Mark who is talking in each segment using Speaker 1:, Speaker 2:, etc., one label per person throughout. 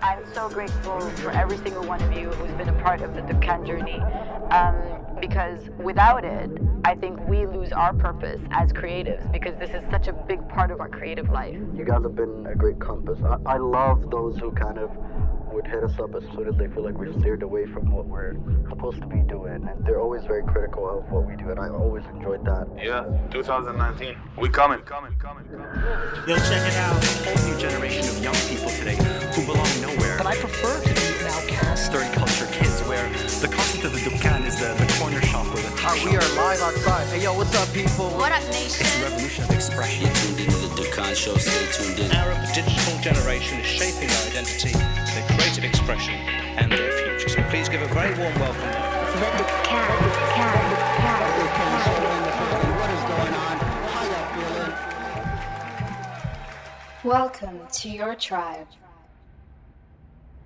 Speaker 1: I'm so grateful for every single one of you who's been a part of the Dukkan journey um, because without it, I think we lose our purpose as creatives because this is such a big part of our creative life.
Speaker 2: You guys have been a great compass. I, I love those who kind of would hit us up as soon as they feel like we're steered away from what we're supposed to be doing. And they're always very critical of what we do, and I always enjoyed that.
Speaker 3: Yeah, 2019. We coming. coming, coming, coming.
Speaker 4: Yo, check it out. A whole new generation of young people today who belong nowhere.
Speaker 5: But I prefer to be an outcast.
Speaker 4: Third culture kids where the concept of the Dukkan is the, the corner shop or the top
Speaker 6: right, We are live outside. Hey, yo, what's up, people?
Speaker 7: What up, nation?
Speaker 4: It's a revolution of expression.
Speaker 8: You're tuned into the Dukkan show. Stay tuned in.
Speaker 9: Arab digital generation is shaping our identity, their creative expression, and their future. So please give a very warm welcome.
Speaker 10: The Dukkan. The Dukkan. The Dukkan. The Dukkan.
Speaker 6: What is going on? How y'all feeling?
Speaker 11: Welcome to your tribe.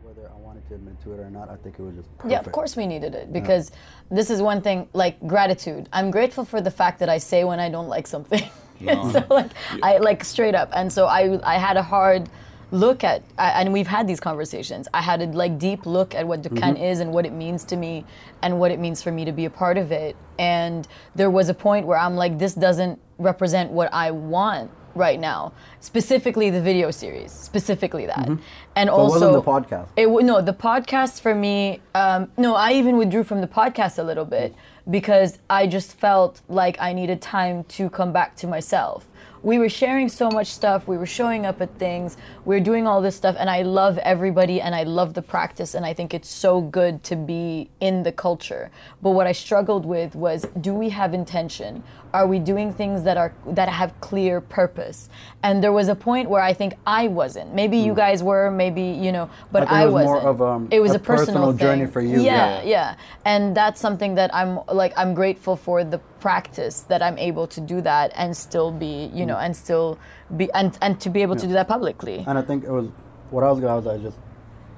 Speaker 2: Whether I wanted to admit to it or not, I think it was just
Speaker 12: Yeah, of
Speaker 2: perfect.
Speaker 12: course we needed it because this is one thing like gratitude. I'm grateful for the fact that I say when I don't like something. so like I like straight up, and so I I had a hard look at I, and we've had these conversations. I had a like deep look at what Dukan
Speaker 2: Mm-hmm.
Speaker 12: is and what it means to me and what it means for me to be a part of it. And there was a point where I'm like, this doesn't represent what I want right now. Specifically the video series, specifically that, and
Speaker 2: Mm-hmm. It
Speaker 12: also
Speaker 2: wasn't the podcast.
Speaker 12: it w- no the podcast for me. Um, no, I even withdrew from the podcast a little bit because I just felt like I needed time to come back to myself. We were sharing so much stuff. We were showing up at things. We were doing all this stuff, and I love everybody, and I love the practice, and I think it's so good to be in the culture. But what I struggled with was, do we have intention? Are we doing things that are that have clear purpose? And there was a point where I think I wasn't. Maybe you guys were. Maybe you know, but but
Speaker 2: I
Speaker 12: I
Speaker 2: think it was more
Speaker 12: wasn't.
Speaker 2: of, um,
Speaker 12: it was a,
Speaker 2: a personal
Speaker 12: thing.
Speaker 2: journey for you, yeah.
Speaker 12: Yeah, yeah, and that's something that I'm like I'm grateful for the practice that I'm able to do that and still be you know and still be and and to be able to do that publicly.
Speaker 2: And I think it was what I was gonna. I was like, just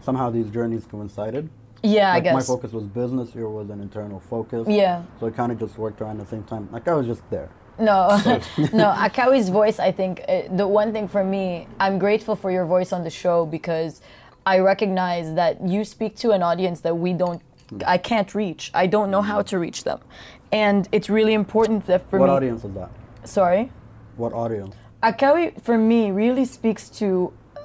Speaker 2: somehow these journeys coincided.
Speaker 12: yeah, I
Speaker 2: Like,
Speaker 12: guess.
Speaker 2: my focus was business. Your was an internal focus.
Speaker 12: Yeah.
Speaker 2: So it kind of just worked around the same time. Like I was just there.
Speaker 12: No, no. Akawi's voice, I think, uh, the one thing for me, I'm grateful for your voice on the show because I recognize that you speak to an audience that we don't,
Speaker 2: Mm.
Speaker 12: I can't reach. I don't know how to reach them. And it's really important that for
Speaker 2: what
Speaker 12: me.
Speaker 2: audience was that?
Speaker 12: Sorry?
Speaker 2: What audience?
Speaker 12: Akawi, for me, really speaks to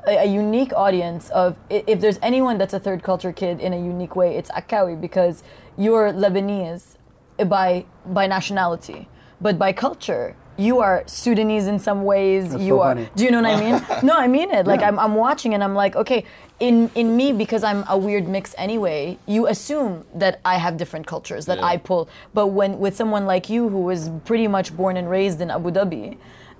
Speaker 12: a, a unique audience of i- if there's anyone that's a third culture kid in a unique way, it's Akawi because you're Lebanese by by nationality, but by culture. You are Sudanese in some ways.
Speaker 2: That's
Speaker 12: you
Speaker 2: so
Speaker 12: are.
Speaker 2: funny.
Speaker 12: Do you know what I mean? no, I mean it. Like I'm, I'm watching and I'm like, okay, in in me because I'm a weird mix anyway. You assume that I have different cultures that I pull, but when with someone like you who was pretty much born and raised in Abu Dhabi,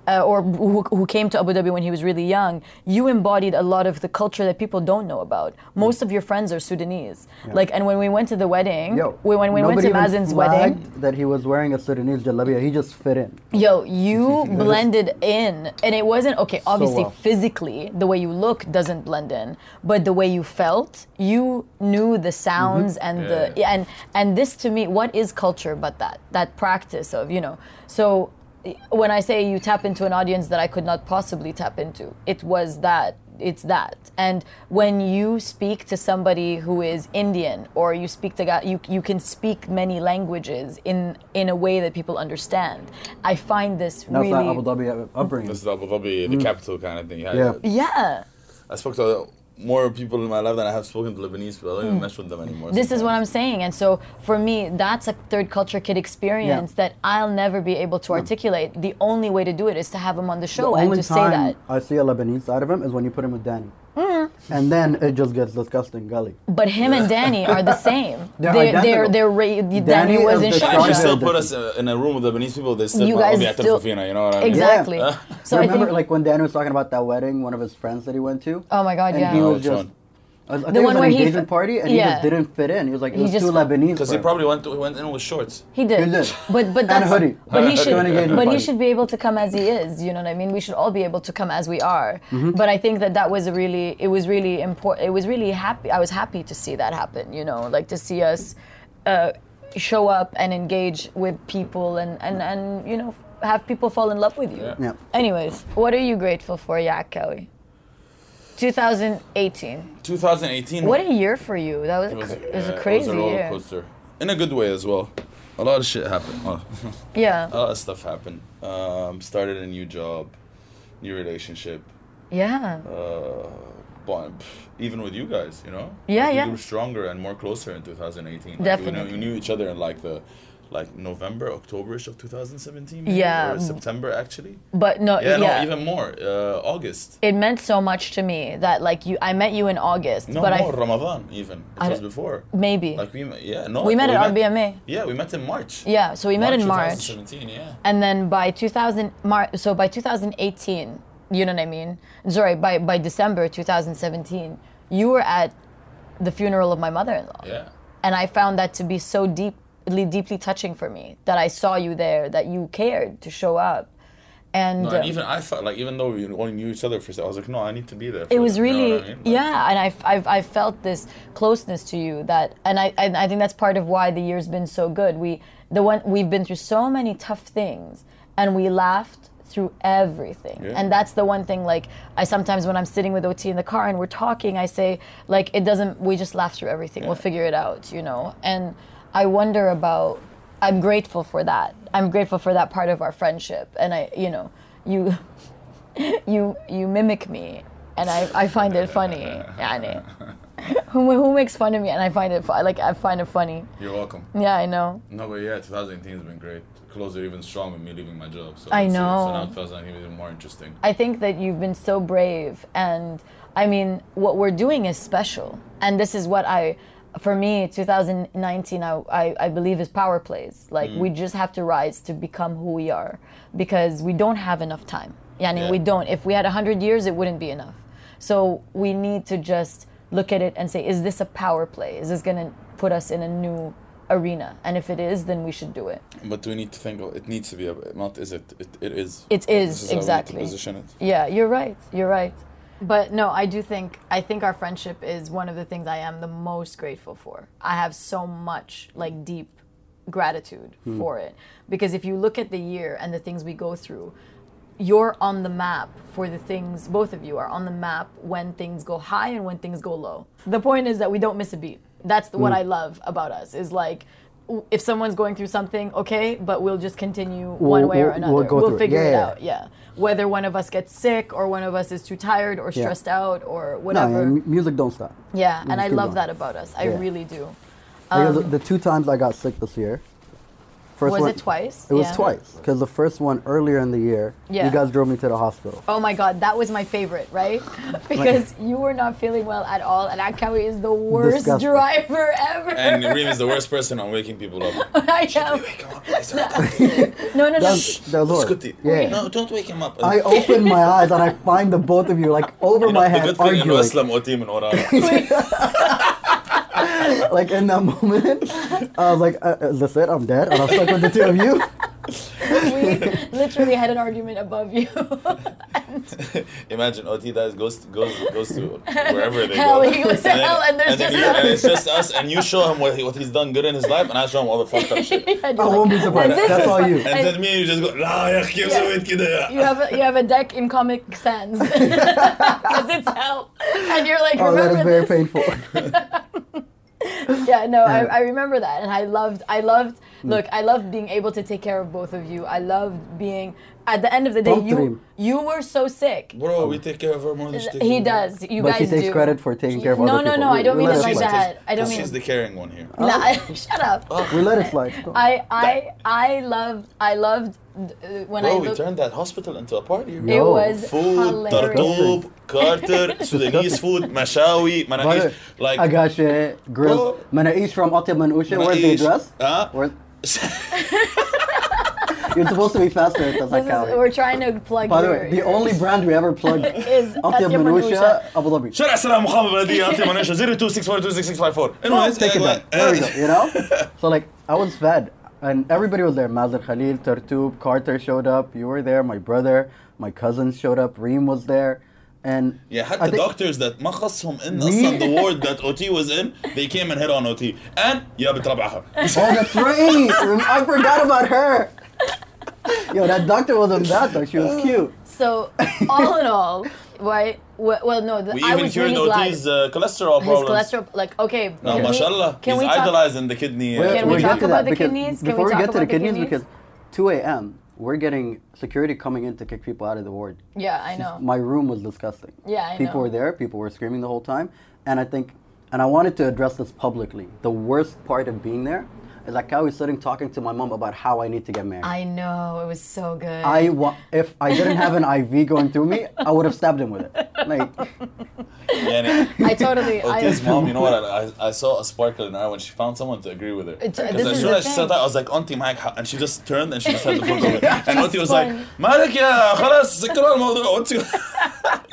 Speaker 12: uh, or who, who came to Abu Dhabi when he was really young, you embodied a lot of the culture that people don't know about. Most of your friends are Sudanese. Like, and when we went to the wedding,
Speaker 2: Yo.
Speaker 12: we- when we went
Speaker 2: nobody
Speaker 12: to
Speaker 2: even
Speaker 12: Mazin's wedding,
Speaker 2: flagged that he was wearing a Sudanese jalabia. He just fit in.
Speaker 12: yo, you blended in. And it wasn't, okay, obviously
Speaker 2: well.
Speaker 12: physically, the way you look doesn't blend in, but the way you felt, you knew the sounds and the, yeah, and, and this to me, what is culture but that? That practice of, you know, so when I say you tap into an audience that I could not possibly tap into, it was that. It's that. And when you speak to somebody who is Indian or you speak to guy, you, you can speak many languages in, in a way that people understand. I find this
Speaker 2: That's
Speaker 12: really.
Speaker 2: not Abu Dhabi upbringing.
Speaker 3: This is Abu Dhabi, the capital kind of thing.
Speaker 2: Mm. Yeah.
Speaker 12: yeah.
Speaker 3: I spoke to more people in my life than I have spoken to Lebanese, but I don't
Speaker 2: Mm.
Speaker 3: even mess with them anymore.
Speaker 12: This is what I'm saying. And so for me, that's a third culture kid experience that I'll never be able to articulate. The only way to do it is to have him on the show and
Speaker 2: only
Speaker 12: to say
Speaker 2: time
Speaker 12: that. Mm.
Speaker 2: I see a Lebanese side of him is when you put him with Danny. And then it just gets disgusting, gully.
Speaker 12: But him and Danny are the same.
Speaker 2: They're
Speaker 12: they're, they're,
Speaker 2: identical.
Speaker 12: they're ra- Danny,
Speaker 2: Danny
Speaker 12: was
Speaker 2: is
Speaker 12: in
Speaker 2: the
Speaker 3: If you
Speaker 2: Charlotte.
Speaker 12: Sharjah.
Speaker 3: still put us uh, in a room with Lebanese people, they still
Speaker 12: You
Speaker 3: might
Speaker 12: guys
Speaker 3: be active
Speaker 12: still-
Speaker 3: for Fina, you know what I mean?
Speaker 12: Exactly.
Speaker 2: Yeah.
Speaker 12: So I
Speaker 2: Remember,
Speaker 12: think
Speaker 2: like when Danny was talking about that wedding, one of his friends that he went to.
Speaker 12: Oh my God,
Speaker 2: and
Speaker 12: yeah.
Speaker 2: He
Speaker 12: Oh,
Speaker 2: was
Speaker 3: which
Speaker 2: just.
Speaker 3: one?
Speaker 2: I was- I think
Speaker 12: The
Speaker 2: it was
Speaker 12: one
Speaker 2: an
Speaker 12: where he f-
Speaker 2: engagement party, and he just
Speaker 12: Yeah.
Speaker 2: didn't fit in. He was like, it
Speaker 12: He
Speaker 2: was
Speaker 12: just-
Speaker 2: too Lebanese.
Speaker 3: Because
Speaker 2: for
Speaker 3: he
Speaker 2: him.
Speaker 3: probably went, to, went in with shorts.
Speaker 12: he did.
Speaker 2: He did.
Speaker 12: But but
Speaker 2: And
Speaker 12: that's
Speaker 2: a hoodie.
Speaker 12: but he should
Speaker 2: An engagement
Speaker 12: but he
Speaker 2: party.
Speaker 12: should be able to come as he is. You know what I mean? We should all be able to come as we are.
Speaker 2: Mm-hmm.
Speaker 12: But I think that that was a really it was really important. It was really happy. I was happy to see that happen. You know, like to see us uh, show up and engage with people and and and you know have people fall in love with you.
Speaker 3: Yeah.
Speaker 2: Yeah.
Speaker 12: Anyways, what are you grateful for, Yak Kelly? 2018.
Speaker 3: 2018.
Speaker 12: What a year for you. That was,
Speaker 3: uh, It was,
Speaker 12: cr- it was
Speaker 3: yeah,
Speaker 12: a crazy
Speaker 3: It was a roller
Speaker 12: year.
Speaker 3: coaster, in a good way as well. A lot of shit happened. Oh.
Speaker 12: Yeah.
Speaker 3: a lot of stuff happened. Um, started a new job, new relationship.
Speaker 12: Yeah.
Speaker 3: Uh, bond, pff, even with you guys, you know.
Speaker 12: Yeah,
Speaker 3: Like,
Speaker 12: yeah.
Speaker 3: We grew stronger and more closer in 2018. Like, We knew,
Speaker 12: Definitely.
Speaker 3: we knew each other in like the, like November, Octoberish of 2017.
Speaker 12: Yeah.
Speaker 3: Or September actually.
Speaker 12: But no,
Speaker 3: Yeah,
Speaker 12: yeah.
Speaker 3: no, even more. Uh, August.
Speaker 12: it meant so much to me that like you, I met you in August,
Speaker 3: No,
Speaker 12: but
Speaker 3: more Ramadan even. It
Speaker 12: I-
Speaker 3: was before.
Speaker 12: I maybe
Speaker 3: Like we, met- yeah, no.
Speaker 12: we met at RBMA.
Speaker 3: Yeah, we met in March.
Speaker 12: Yeah, so we met in March.
Speaker 3: 2017, yeah.
Speaker 12: and then by 2000 Mar- so by 2018 you know what i mean sorry by, by december 2017 you were at the funeral of my mother-in-law
Speaker 3: Yeah.
Speaker 12: and i found that to be so deeply deeply touching for me that i saw you there that you cared to show up and,
Speaker 3: No,
Speaker 12: um,
Speaker 3: and even I felt like even though we only knew each other for a second, I was like, no, I need to be there. for
Speaker 12: it was
Speaker 3: them, you know
Speaker 12: really
Speaker 3: what I mean? Like,
Speaker 12: yeah and I, I I felt this closeness to you that and I and I think that's part of why the year's been so good we the one we've been through so many tough things and we laughed through everything
Speaker 7: Yeah.
Speaker 12: and that's the one thing like I sometimes when I'm sitting with OT in the car and we're talking I say like it doesn't we just laugh through everything we'll figure it out you know and I wonder about I'm grateful for that I'm grateful for that part of our friendship and I you know you you you mimic me and I, I find it funny يعني. who, who makes fun of me and I find it fu- like I find it funny
Speaker 3: You're welcome.
Speaker 12: yeah I know
Speaker 3: No, but yeah, 2018 has been great. Closer even strong with me leaving my job. So
Speaker 12: I
Speaker 3: it's-
Speaker 12: know.
Speaker 3: So now 2019 is even more interesting.
Speaker 12: I think that you've been so brave and I mean what we're doing is special and this is what I for me 2019 I, I, I believe is power plays like
Speaker 7: Mm.
Speaker 12: we just have to rise to become who we are because we don't have enough time yani
Speaker 7: Yeah.
Speaker 12: we don't if we had 100 years it wouldn't be enough so we need to just look at it and say is this a power play is this going to put us in a new arena and if it is then we should do it
Speaker 3: But we need to think. It needs to be a, not is it? It, it is.
Speaker 12: It is,
Speaker 3: This is how we need to
Speaker 12: exactly.
Speaker 3: position it.
Speaker 12: Yeah, you're right. You're right. But no, I do think I think our friendship is one of the things I am the most grateful for. I have so much like deep gratitude
Speaker 7: Hmm.
Speaker 12: for it because if you look at the year and the things we go through, you're on the map for the things both of you are on the map when things go high and when things go low. The point is that we don't miss a beat. That's the, what
Speaker 7: Hmm.
Speaker 12: I love about us is like w- if someone's going through something, okay, but we'll just continue one
Speaker 7: We'll-
Speaker 12: way or
Speaker 7: we'll-
Speaker 12: another.
Speaker 7: we'll go through it.
Speaker 12: figure
Speaker 7: Yeah,
Speaker 12: it
Speaker 7: yeah.
Speaker 12: out. Yeah. Whether one of us gets sick or one of us is too tired or
Speaker 7: Yeah.
Speaker 12: stressed out or
Speaker 7: No,
Speaker 12: whatever.
Speaker 7: yeah, mu- music don't stop.
Speaker 12: yeah,
Speaker 7: we
Speaker 12: and
Speaker 7: just
Speaker 12: I
Speaker 7: keep
Speaker 12: love
Speaker 7: going.
Speaker 12: that about us. I
Speaker 7: Yeah.
Speaker 12: really do.
Speaker 7: Like, the,
Speaker 12: Um,
Speaker 7: the two times I got sick this year.
Speaker 12: Was it twice?
Speaker 7: It was
Speaker 12: Yeah.
Speaker 7: twice. Because the first one earlier in the year,
Speaker 12: Yeah.
Speaker 7: you guys drove me to the hospital.
Speaker 12: Oh my god, that was my favorite, right? Because you were not feeling well at all, and Akawi is the worst
Speaker 3: Disgusting.
Speaker 12: driver ever.
Speaker 3: And Reem is the worst person on waking people up.
Speaker 12: I am. No, no, no.
Speaker 7: That's- that's
Speaker 3: Let's
Speaker 7: what-
Speaker 3: cut it.
Speaker 7: yeah.
Speaker 3: No, don't wake him up.
Speaker 7: I open my eyes and I find the both of you like over my
Speaker 3: The
Speaker 7: head
Speaker 3: good thing in
Speaker 7: arguing.
Speaker 3: Islam or team in Oran.
Speaker 7: like in that moment, I was like, uh, uh, "That's it. I'm dead." And I'm stuck with the two of you.
Speaker 12: we literally had an argument above you.
Speaker 3: Imagine OT that goes to, goes goes to wherever they
Speaker 12: Hell,
Speaker 3: go.
Speaker 12: he goes to hell and there's
Speaker 3: then
Speaker 12: just
Speaker 3: you-
Speaker 12: us.
Speaker 3: and it's just us, and you show him what, he, what he's done good in his life, and I show him all the fucked up shit.
Speaker 12: I won't be surprised. This That's is all you.
Speaker 3: And then me, you just go, "Ah, "La, ya khib sawit kida."
Speaker 12: You have a, you have a deck in Comic Sans because it's hell, and you're like,
Speaker 7: oh, that
Speaker 12: remember
Speaker 7: is very painful.
Speaker 12: yeah no I, I remember that and i loved i loved
Speaker 7: Mm.
Speaker 12: look i loved being able to take care of both of you i loved being at the end of the day
Speaker 7: Don't
Speaker 12: you
Speaker 7: dream.
Speaker 12: you were so sick
Speaker 3: Bro, we take care of her more than she takes
Speaker 12: he
Speaker 3: care of us.
Speaker 12: does you
Speaker 7: but
Speaker 12: guys
Speaker 7: he takes
Speaker 12: do
Speaker 7: credit for taking care of
Speaker 12: No,
Speaker 7: other
Speaker 12: no,
Speaker 7: people.
Speaker 12: no, I don't
Speaker 7: We
Speaker 12: mean
Speaker 7: let
Speaker 12: it like
Speaker 7: slide.
Speaker 12: that. I don't mean-
Speaker 3: She's the caring one here.
Speaker 12: Nah, shut up
Speaker 7: We let it slide.
Speaker 12: i i i loved i loved uh, when
Speaker 3: Bro,
Speaker 12: i
Speaker 3: we
Speaker 12: looked
Speaker 3: turned that hospital into a party.
Speaker 12: It Yo. was
Speaker 3: food,
Speaker 12: hilarious.
Speaker 3: tartub, Carter, Sudanese food, mashawi, manaish. Like oh.
Speaker 7: I got you, grill. Manaish from Atya Manusha. Where's the
Speaker 3: Manaish.
Speaker 7: address?
Speaker 3: Huh?
Speaker 7: Where- You're supposed to be faster at this,
Speaker 12: this is,
Speaker 7: Akawi.
Speaker 12: we're trying to plug
Speaker 7: By the
Speaker 12: your-
Speaker 7: way, the only brand we ever plugged
Speaker 12: is
Speaker 7: Atya
Speaker 12: Atya
Speaker 7: Manusha, Abu Dhabi.
Speaker 3: شارع سلام محمد بلدية أعطي مناقشة 0264266654
Speaker 7: Well,
Speaker 3: Anyways,
Speaker 7: take it
Speaker 3: uh,
Speaker 7: back. There we go. You know. So like, I was fed, and everybody was there. Mazar Khalil, Tartub, Carter showed up. You were there. My brother, my cousins showed up. Reem was there, and
Speaker 3: Yeah,
Speaker 7: I
Speaker 3: حتى
Speaker 7: think-
Speaker 3: doctors that ما خصهم ان
Speaker 7: We-
Speaker 3: اصلا the ward that OT was in, they came and hit on OT. And يا بتربعها.
Speaker 7: Oh, that's right. I forgot about her. Yo, that doctor wasn't bad though. She was cute.
Speaker 12: so all in all Why? Well, well no. The,
Speaker 3: We
Speaker 12: I
Speaker 3: even
Speaker 12: was
Speaker 3: cured
Speaker 12: really glad.
Speaker 3: Otis' uh, cholesterol
Speaker 12: His
Speaker 3: problems.
Speaker 12: cholesterol, like, okay.
Speaker 3: No,
Speaker 12: can we-
Speaker 3: mashallah.
Speaker 12: Can
Speaker 3: He's
Speaker 12: we talk?
Speaker 3: idolizing the kidney. uh,
Speaker 7: We'll-
Speaker 12: Can we
Speaker 7: we'll get
Speaker 12: talk
Speaker 7: to
Speaker 12: about
Speaker 7: that
Speaker 12: the
Speaker 7: because
Speaker 12: kidneys? Can we
Speaker 7: Before we,
Speaker 12: talk
Speaker 7: get to the
Speaker 12: about the
Speaker 7: kidneys, because
Speaker 12: kidneys?
Speaker 7: 2 a.m. we're getting security coming in to kick people out of the ward.
Speaker 12: Yeah, I know.
Speaker 7: My room was disgusting.
Speaker 12: Yeah, I
Speaker 7: people
Speaker 12: know.
Speaker 7: were there. People were screaming the whole time, and I think, and I wanted to address this publicly. The worst part of being there is like I was sitting talking to my mom about how I need to get married.
Speaker 12: I know it was so good.
Speaker 7: I wa- if I didn't have an IV going through me, I would have stabbed him with it. Like
Speaker 3: yeah,
Speaker 12: I totally. I,
Speaker 3: Otis' mom, you know what? I, I saw a sparkle in her eye when she found someone to agree with her.
Speaker 12: It's- uh,
Speaker 3: Because
Speaker 12: this
Speaker 3: as
Speaker 12: is
Speaker 3: soon
Speaker 12: the
Speaker 3: as she said
Speaker 12: thing.
Speaker 3: that, I was like, Auntie معك حق," and she just turned and she just had the book over. And
Speaker 12: She's
Speaker 3: Auntie was like,
Speaker 12: fun.
Speaker 3: مالك يا خلاص سكروا الموضوع. Auntie-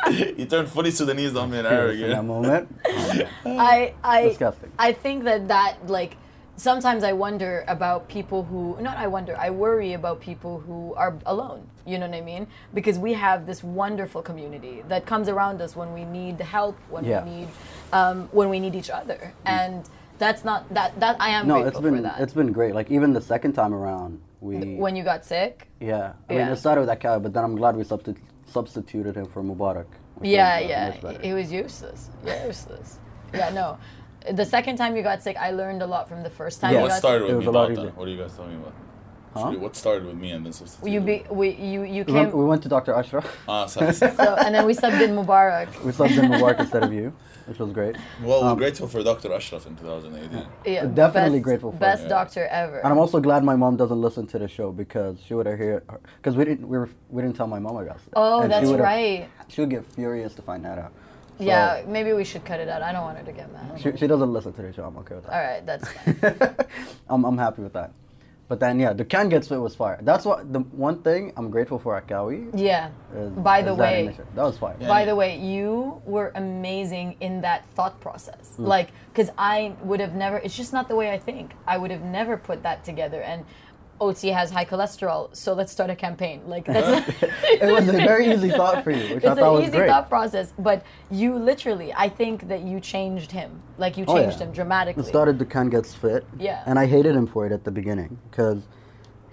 Speaker 3: He turned fully Sudanese on me and Arabic.
Speaker 7: in that moment,
Speaker 12: I I
Speaker 7: Disgusting.
Speaker 12: I think that that like sometimes I wonder about people who not I wonder I worry about people who are alone. You know what I mean? Because we have this wonderful community that comes around us when we need help, when
Speaker 7: Yeah. Mm.
Speaker 12: we need um, when we need each other, and that's not that that I am
Speaker 7: no, it's
Speaker 12: grateful for
Speaker 7: been
Speaker 12: that.
Speaker 7: it's been great. Like even the second time around, we
Speaker 12: when you got sick,
Speaker 7: Yeah, I mean,
Speaker 12: Yeah.
Speaker 7: it started with that guy, but then I'm glad we substi- substituted him for Mubarak. which
Speaker 12: yeah,
Speaker 7: was, uh,
Speaker 12: yeah,
Speaker 7: much better.
Speaker 12: it was useless, yeah, useless. Yeah, no. The second time you got sick, I learned a lot from the first time.
Speaker 3: Yeah.
Speaker 12: you
Speaker 3: What
Speaker 12: got
Speaker 3: started
Speaker 12: sick.
Speaker 3: with
Speaker 7: It
Speaker 3: me
Speaker 7: was a lot
Speaker 3: about
Speaker 7: easier.
Speaker 3: that? What are you guys talking about? Should we- What started with me and then substituted?
Speaker 12: You be we you you
Speaker 7: We went,
Speaker 12: came
Speaker 7: we went to Dr. Ashraf.
Speaker 3: Ah, sorry. sorry.
Speaker 12: So, and then we subbed in Mubarak.
Speaker 7: we subbed in Mubarak instead of you, which was great.
Speaker 3: Well,
Speaker 7: Um,
Speaker 3: we're grateful for Dr. Ashraf in 2018.
Speaker 12: Yeah,
Speaker 7: Definitely
Speaker 12: best,
Speaker 7: grateful for
Speaker 12: Best
Speaker 7: it.
Speaker 12: doctor ever.
Speaker 7: And I'm also glad my mom doesn't listen to the show because she would have heard because we didn't we, were, we didn't tell my mom I got sick.
Speaker 12: Oh,
Speaker 7: And she
Speaker 12: that's
Speaker 7: would've-
Speaker 12: right.
Speaker 7: She would get furious to find that out. So,
Speaker 12: yeah, maybe we should cut it out. I don't want her to get mad.
Speaker 7: She, she doesn't listen to the show. I'm okay with that.
Speaker 12: All right, that's fine.
Speaker 7: I'm, I'm happy with that. But then yeah, the can get spit was fire. That's what the one thing I'm grateful for Akawi.
Speaker 12: Yeah.
Speaker 7: is-
Speaker 12: By the
Speaker 7: is that
Speaker 12: way-
Speaker 7: initiative. that was fire.
Speaker 12: By the way, you were amazing in that thought process.
Speaker 7: Mm.
Speaker 12: Like, because I would have never, it's just not the way I think. I would have never put that together. And OT has high cholesterol, so let's start a campaign. Like, that's
Speaker 7: it was a very easy thought for you, which I
Speaker 12: it's
Speaker 7: thought
Speaker 12: an
Speaker 7: was
Speaker 12: easy
Speaker 7: great.
Speaker 12: thought process, but you literally, I think that you changed him. Like, you
Speaker 7: Oh, yeah.
Speaker 12: changed him
Speaker 7: It
Speaker 12: dramatically.
Speaker 7: started the Khan gets fit.
Speaker 12: Yeah.
Speaker 7: And I hated him for it at the beginning because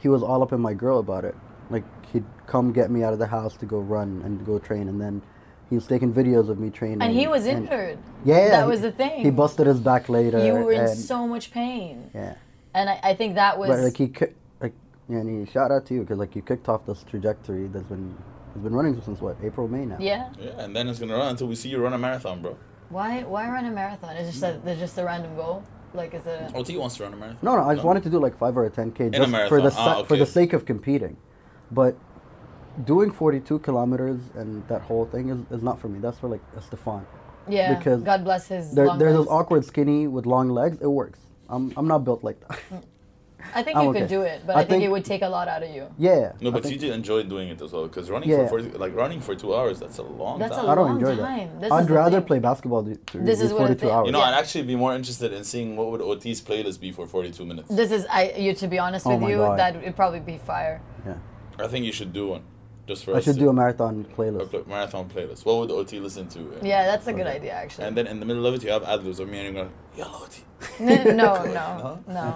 Speaker 7: he was all up in my grill about it. Like he'd come get me out of the house to go run and go train, and then he was taking videos of me training.
Speaker 12: and he was
Speaker 7: and-
Speaker 12: injured.
Speaker 7: Yeah, yeah,
Speaker 12: that
Speaker 7: he-
Speaker 12: was the thing.
Speaker 7: He busted his back later.
Speaker 12: You were in
Speaker 7: and-
Speaker 12: so much pain,
Speaker 7: Yeah.
Speaker 12: and I, I think that was
Speaker 7: but like he kicked, like yeah, and he shout out to you because like you kicked off this trajectory that's been has been running since what April May now.
Speaker 12: yeah.
Speaker 3: Yeah, and then it's gonna run until we see you run a marathon, bro.
Speaker 12: Why why run a marathon? It's just a, there's just a random goal. Like is it? a-
Speaker 3: OT Oh, wants to run a marathon.
Speaker 7: No, no, I just wanted to do like five or a ten k
Speaker 3: Um, In a
Speaker 7: just for the
Speaker 3: marathon. Ah,
Speaker 7: sa- for the
Speaker 3: okay.
Speaker 7: sake of competing, but doing forty two kilometers and that whole thing is, is not for me. That's for like Estefan.
Speaker 12: Yeah. God bless his
Speaker 7: There,
Speaker 12: long
Speaker 7: there's this
Speaker 12: legs.
Speaker 7: awkward skinny with long legs. It works. I'm I'm not built like that.
Speaker 12: I think
Speaker 7: I'm
Speaker 12: you
Speaker 7: Oh, okay.
Speaker 12: could do it, but
Speaker 7: I
Speaker 12: I, think,
Speaker 7: think-
Speaker 12: it would take a lot out of you.
Speaker 7: yeah.
Speaker 3: No,
Speaker 7: I
Speaker 3: but
Speaker 7: think-
Speaker 3: TJ enjoyed doing it as well because running
Speaker 7: Yeah.
Speaker 3: for 40, like running for two hours, that's a long
Speaker 12: That's a
Speaker 3: time.
Speaker 7: I don't
Speaker 12: long
Speaker 7: enjoy
Speaker 12: time.
Speaker 7: that.
Speaker 12: This is
Speaker 7: I'd
Speaker 12: the
Speaker 7: rather
Speaker 12: thing.
Speaker 7: play basketball do, to
Speaker 12: This
Speaker 7: do
Speaker 12: is what I
Speaker 7: forty two
Speaker 12: think.
Speaker 7: hours.
Speaker 3: You know, I'd actually be more interested in seeing what would OT's playlist be for 42 minutes.
Speaker 12: This is I. You to be honest
Speaker 7: Oh
Speaker 12: with
Speaker 7: my
Speaker 12: you,
Speaker 7: God.
Speaker 12: that would probably be fire.
Speaker 7: yeah.
Speaker 3: I think you should do one, just for
Speaker 7: I
Speaker 3: us
Speaker 7: should
Speaker 3: to-
Speaker 7: do a marathon playlist.
Speaker 3: a marathon playlist. What would OT listen to?
Speaker 12: Yeah, that's a good idea actually.
Speaker 3: And then in the middle of it, you have ad libs. I mean, you're going, yellow OT.
Speaker 12: no, no, no, no.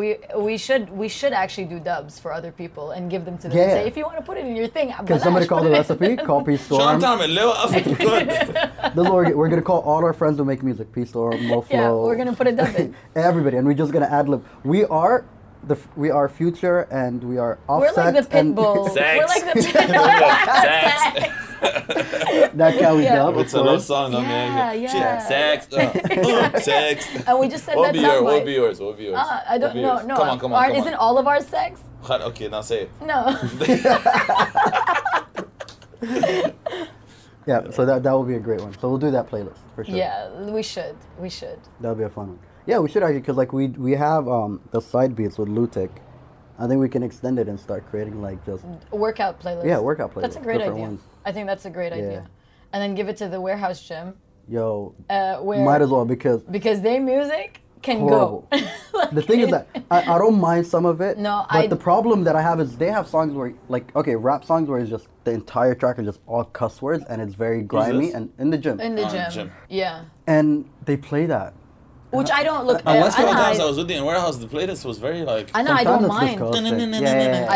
Speaker 12: We we should we should actually do dubs for other people and give them to them. And
Speaker 7: Yeah.
Speaker 12: say if you want to put it in your thing,
Speaker 7: Can somebody
Speaker 12: Balash,
Speaker 7: call
Speaker 12: put
Speaker 7: the
Speaker 12: it in."
Speaker 7: recipe? Call Peace Storm.
Speaker 3: Sean Thomas, Lil Africa.
Speaker 7: This is what we're, we're gonna call all our friends who make music. Peace Storm, Moflo.
Speaker 12: Yeah, we're gonna put a dub in.
Speaker 7: Everybody, and we're just gonna ad lib. We are the f- we are future, and we are
Speaker 12: We're
Speaker 7: offset.
Speaker 12: like the pit
Speaker 7: and
Speaker 12: bull. We're like the pit
Speaker 7: that can we
Speaker 12: Yeah.
Speaker 7: dub.
Speaker 3: What's
Speaker 7: of
Speaker 3: a love
Speaker 7: course.
Speaker 3: song?
Speaker 12: Yeah,
Speaker 3: I mean,
Speaker 12: yeah.
Speaker 3: Sex. uh, uh, sex.
Speaker 12: And we just said
Speaker 3: What
Speaker 12: that
Speaker 3: be yours?
Speaker 12: soundbite.
Speaker 3: What be yours? What be yours?
Speaker 12: Ah, I
Speaker 3: What
Speaker 12: don't
Speaker 3: be
Speaker 12: know.
Speaker 3: yours?
Speaker 12: No,
Speaker 3: Come on, come on.
Speaker 12: Aren't-
Speaker 3: come
Speaker 12: isn't
Speaker 3: on.
Speaker 12: all of our sex?
Speaker 3: Khat- Okay, now say it.
Speaker 12: No.
Speaker 7: Yeah, so that that will be a great one. So we'll do that playlist for sure.
Speaker 12: yeah, we should. We should.
Speaker 7: that'll be a fun one. Yeah, we should actually because like we we have um the side beats with Lutic. I think we can extend it and start creating like just
Speaker 12: Workout playlist.
Speaker 7: Yeah, workout
Speaker 12: That's a
Speaker 7: playlist,
Speaker 12: great
Speaker 7: different
Speaker 12: idea.
Speaker 7: ones.
Speaker 12: I think that's a great
Speaker 7: Yeah.
Speaker 12: idea. And then give it to the warehouse gym,
Speaker 7: yo.
Speaker 12: uh, where
Speaker 7: Might as well because
Speaker 12: because their music can
Speaker 7: horrible.
Speaker 12: go.
Speaker 7: the thing is that I, I don't mind some of it.
Speaker 12: No,
Speaker 7: but
Speaker 12: I-
Speaker 7: the problem that I have is they have songs where like okay, rap songs where it's just the entire track is just all cuss words and it's very grimy
Speaker 3: this?
Speaker 7: and in the gym.
Speaker 12: in the
Speaker 3: On
Speaker 12: gym.
Speaker 3: gym.
Speaker 12: Yeah.
Speaker 7: and they play that.
Speaker 12: which I don't look.
Speaker 3: Uh, last
Speaker 12: I
Speaker 3: couple
Speaker 12: don't-
Speaker 3: times
Speaker 12: I-
Speaker 3: I was with you in warehouse, the playlist was very like.
Speaker 12: I know I don't mind. I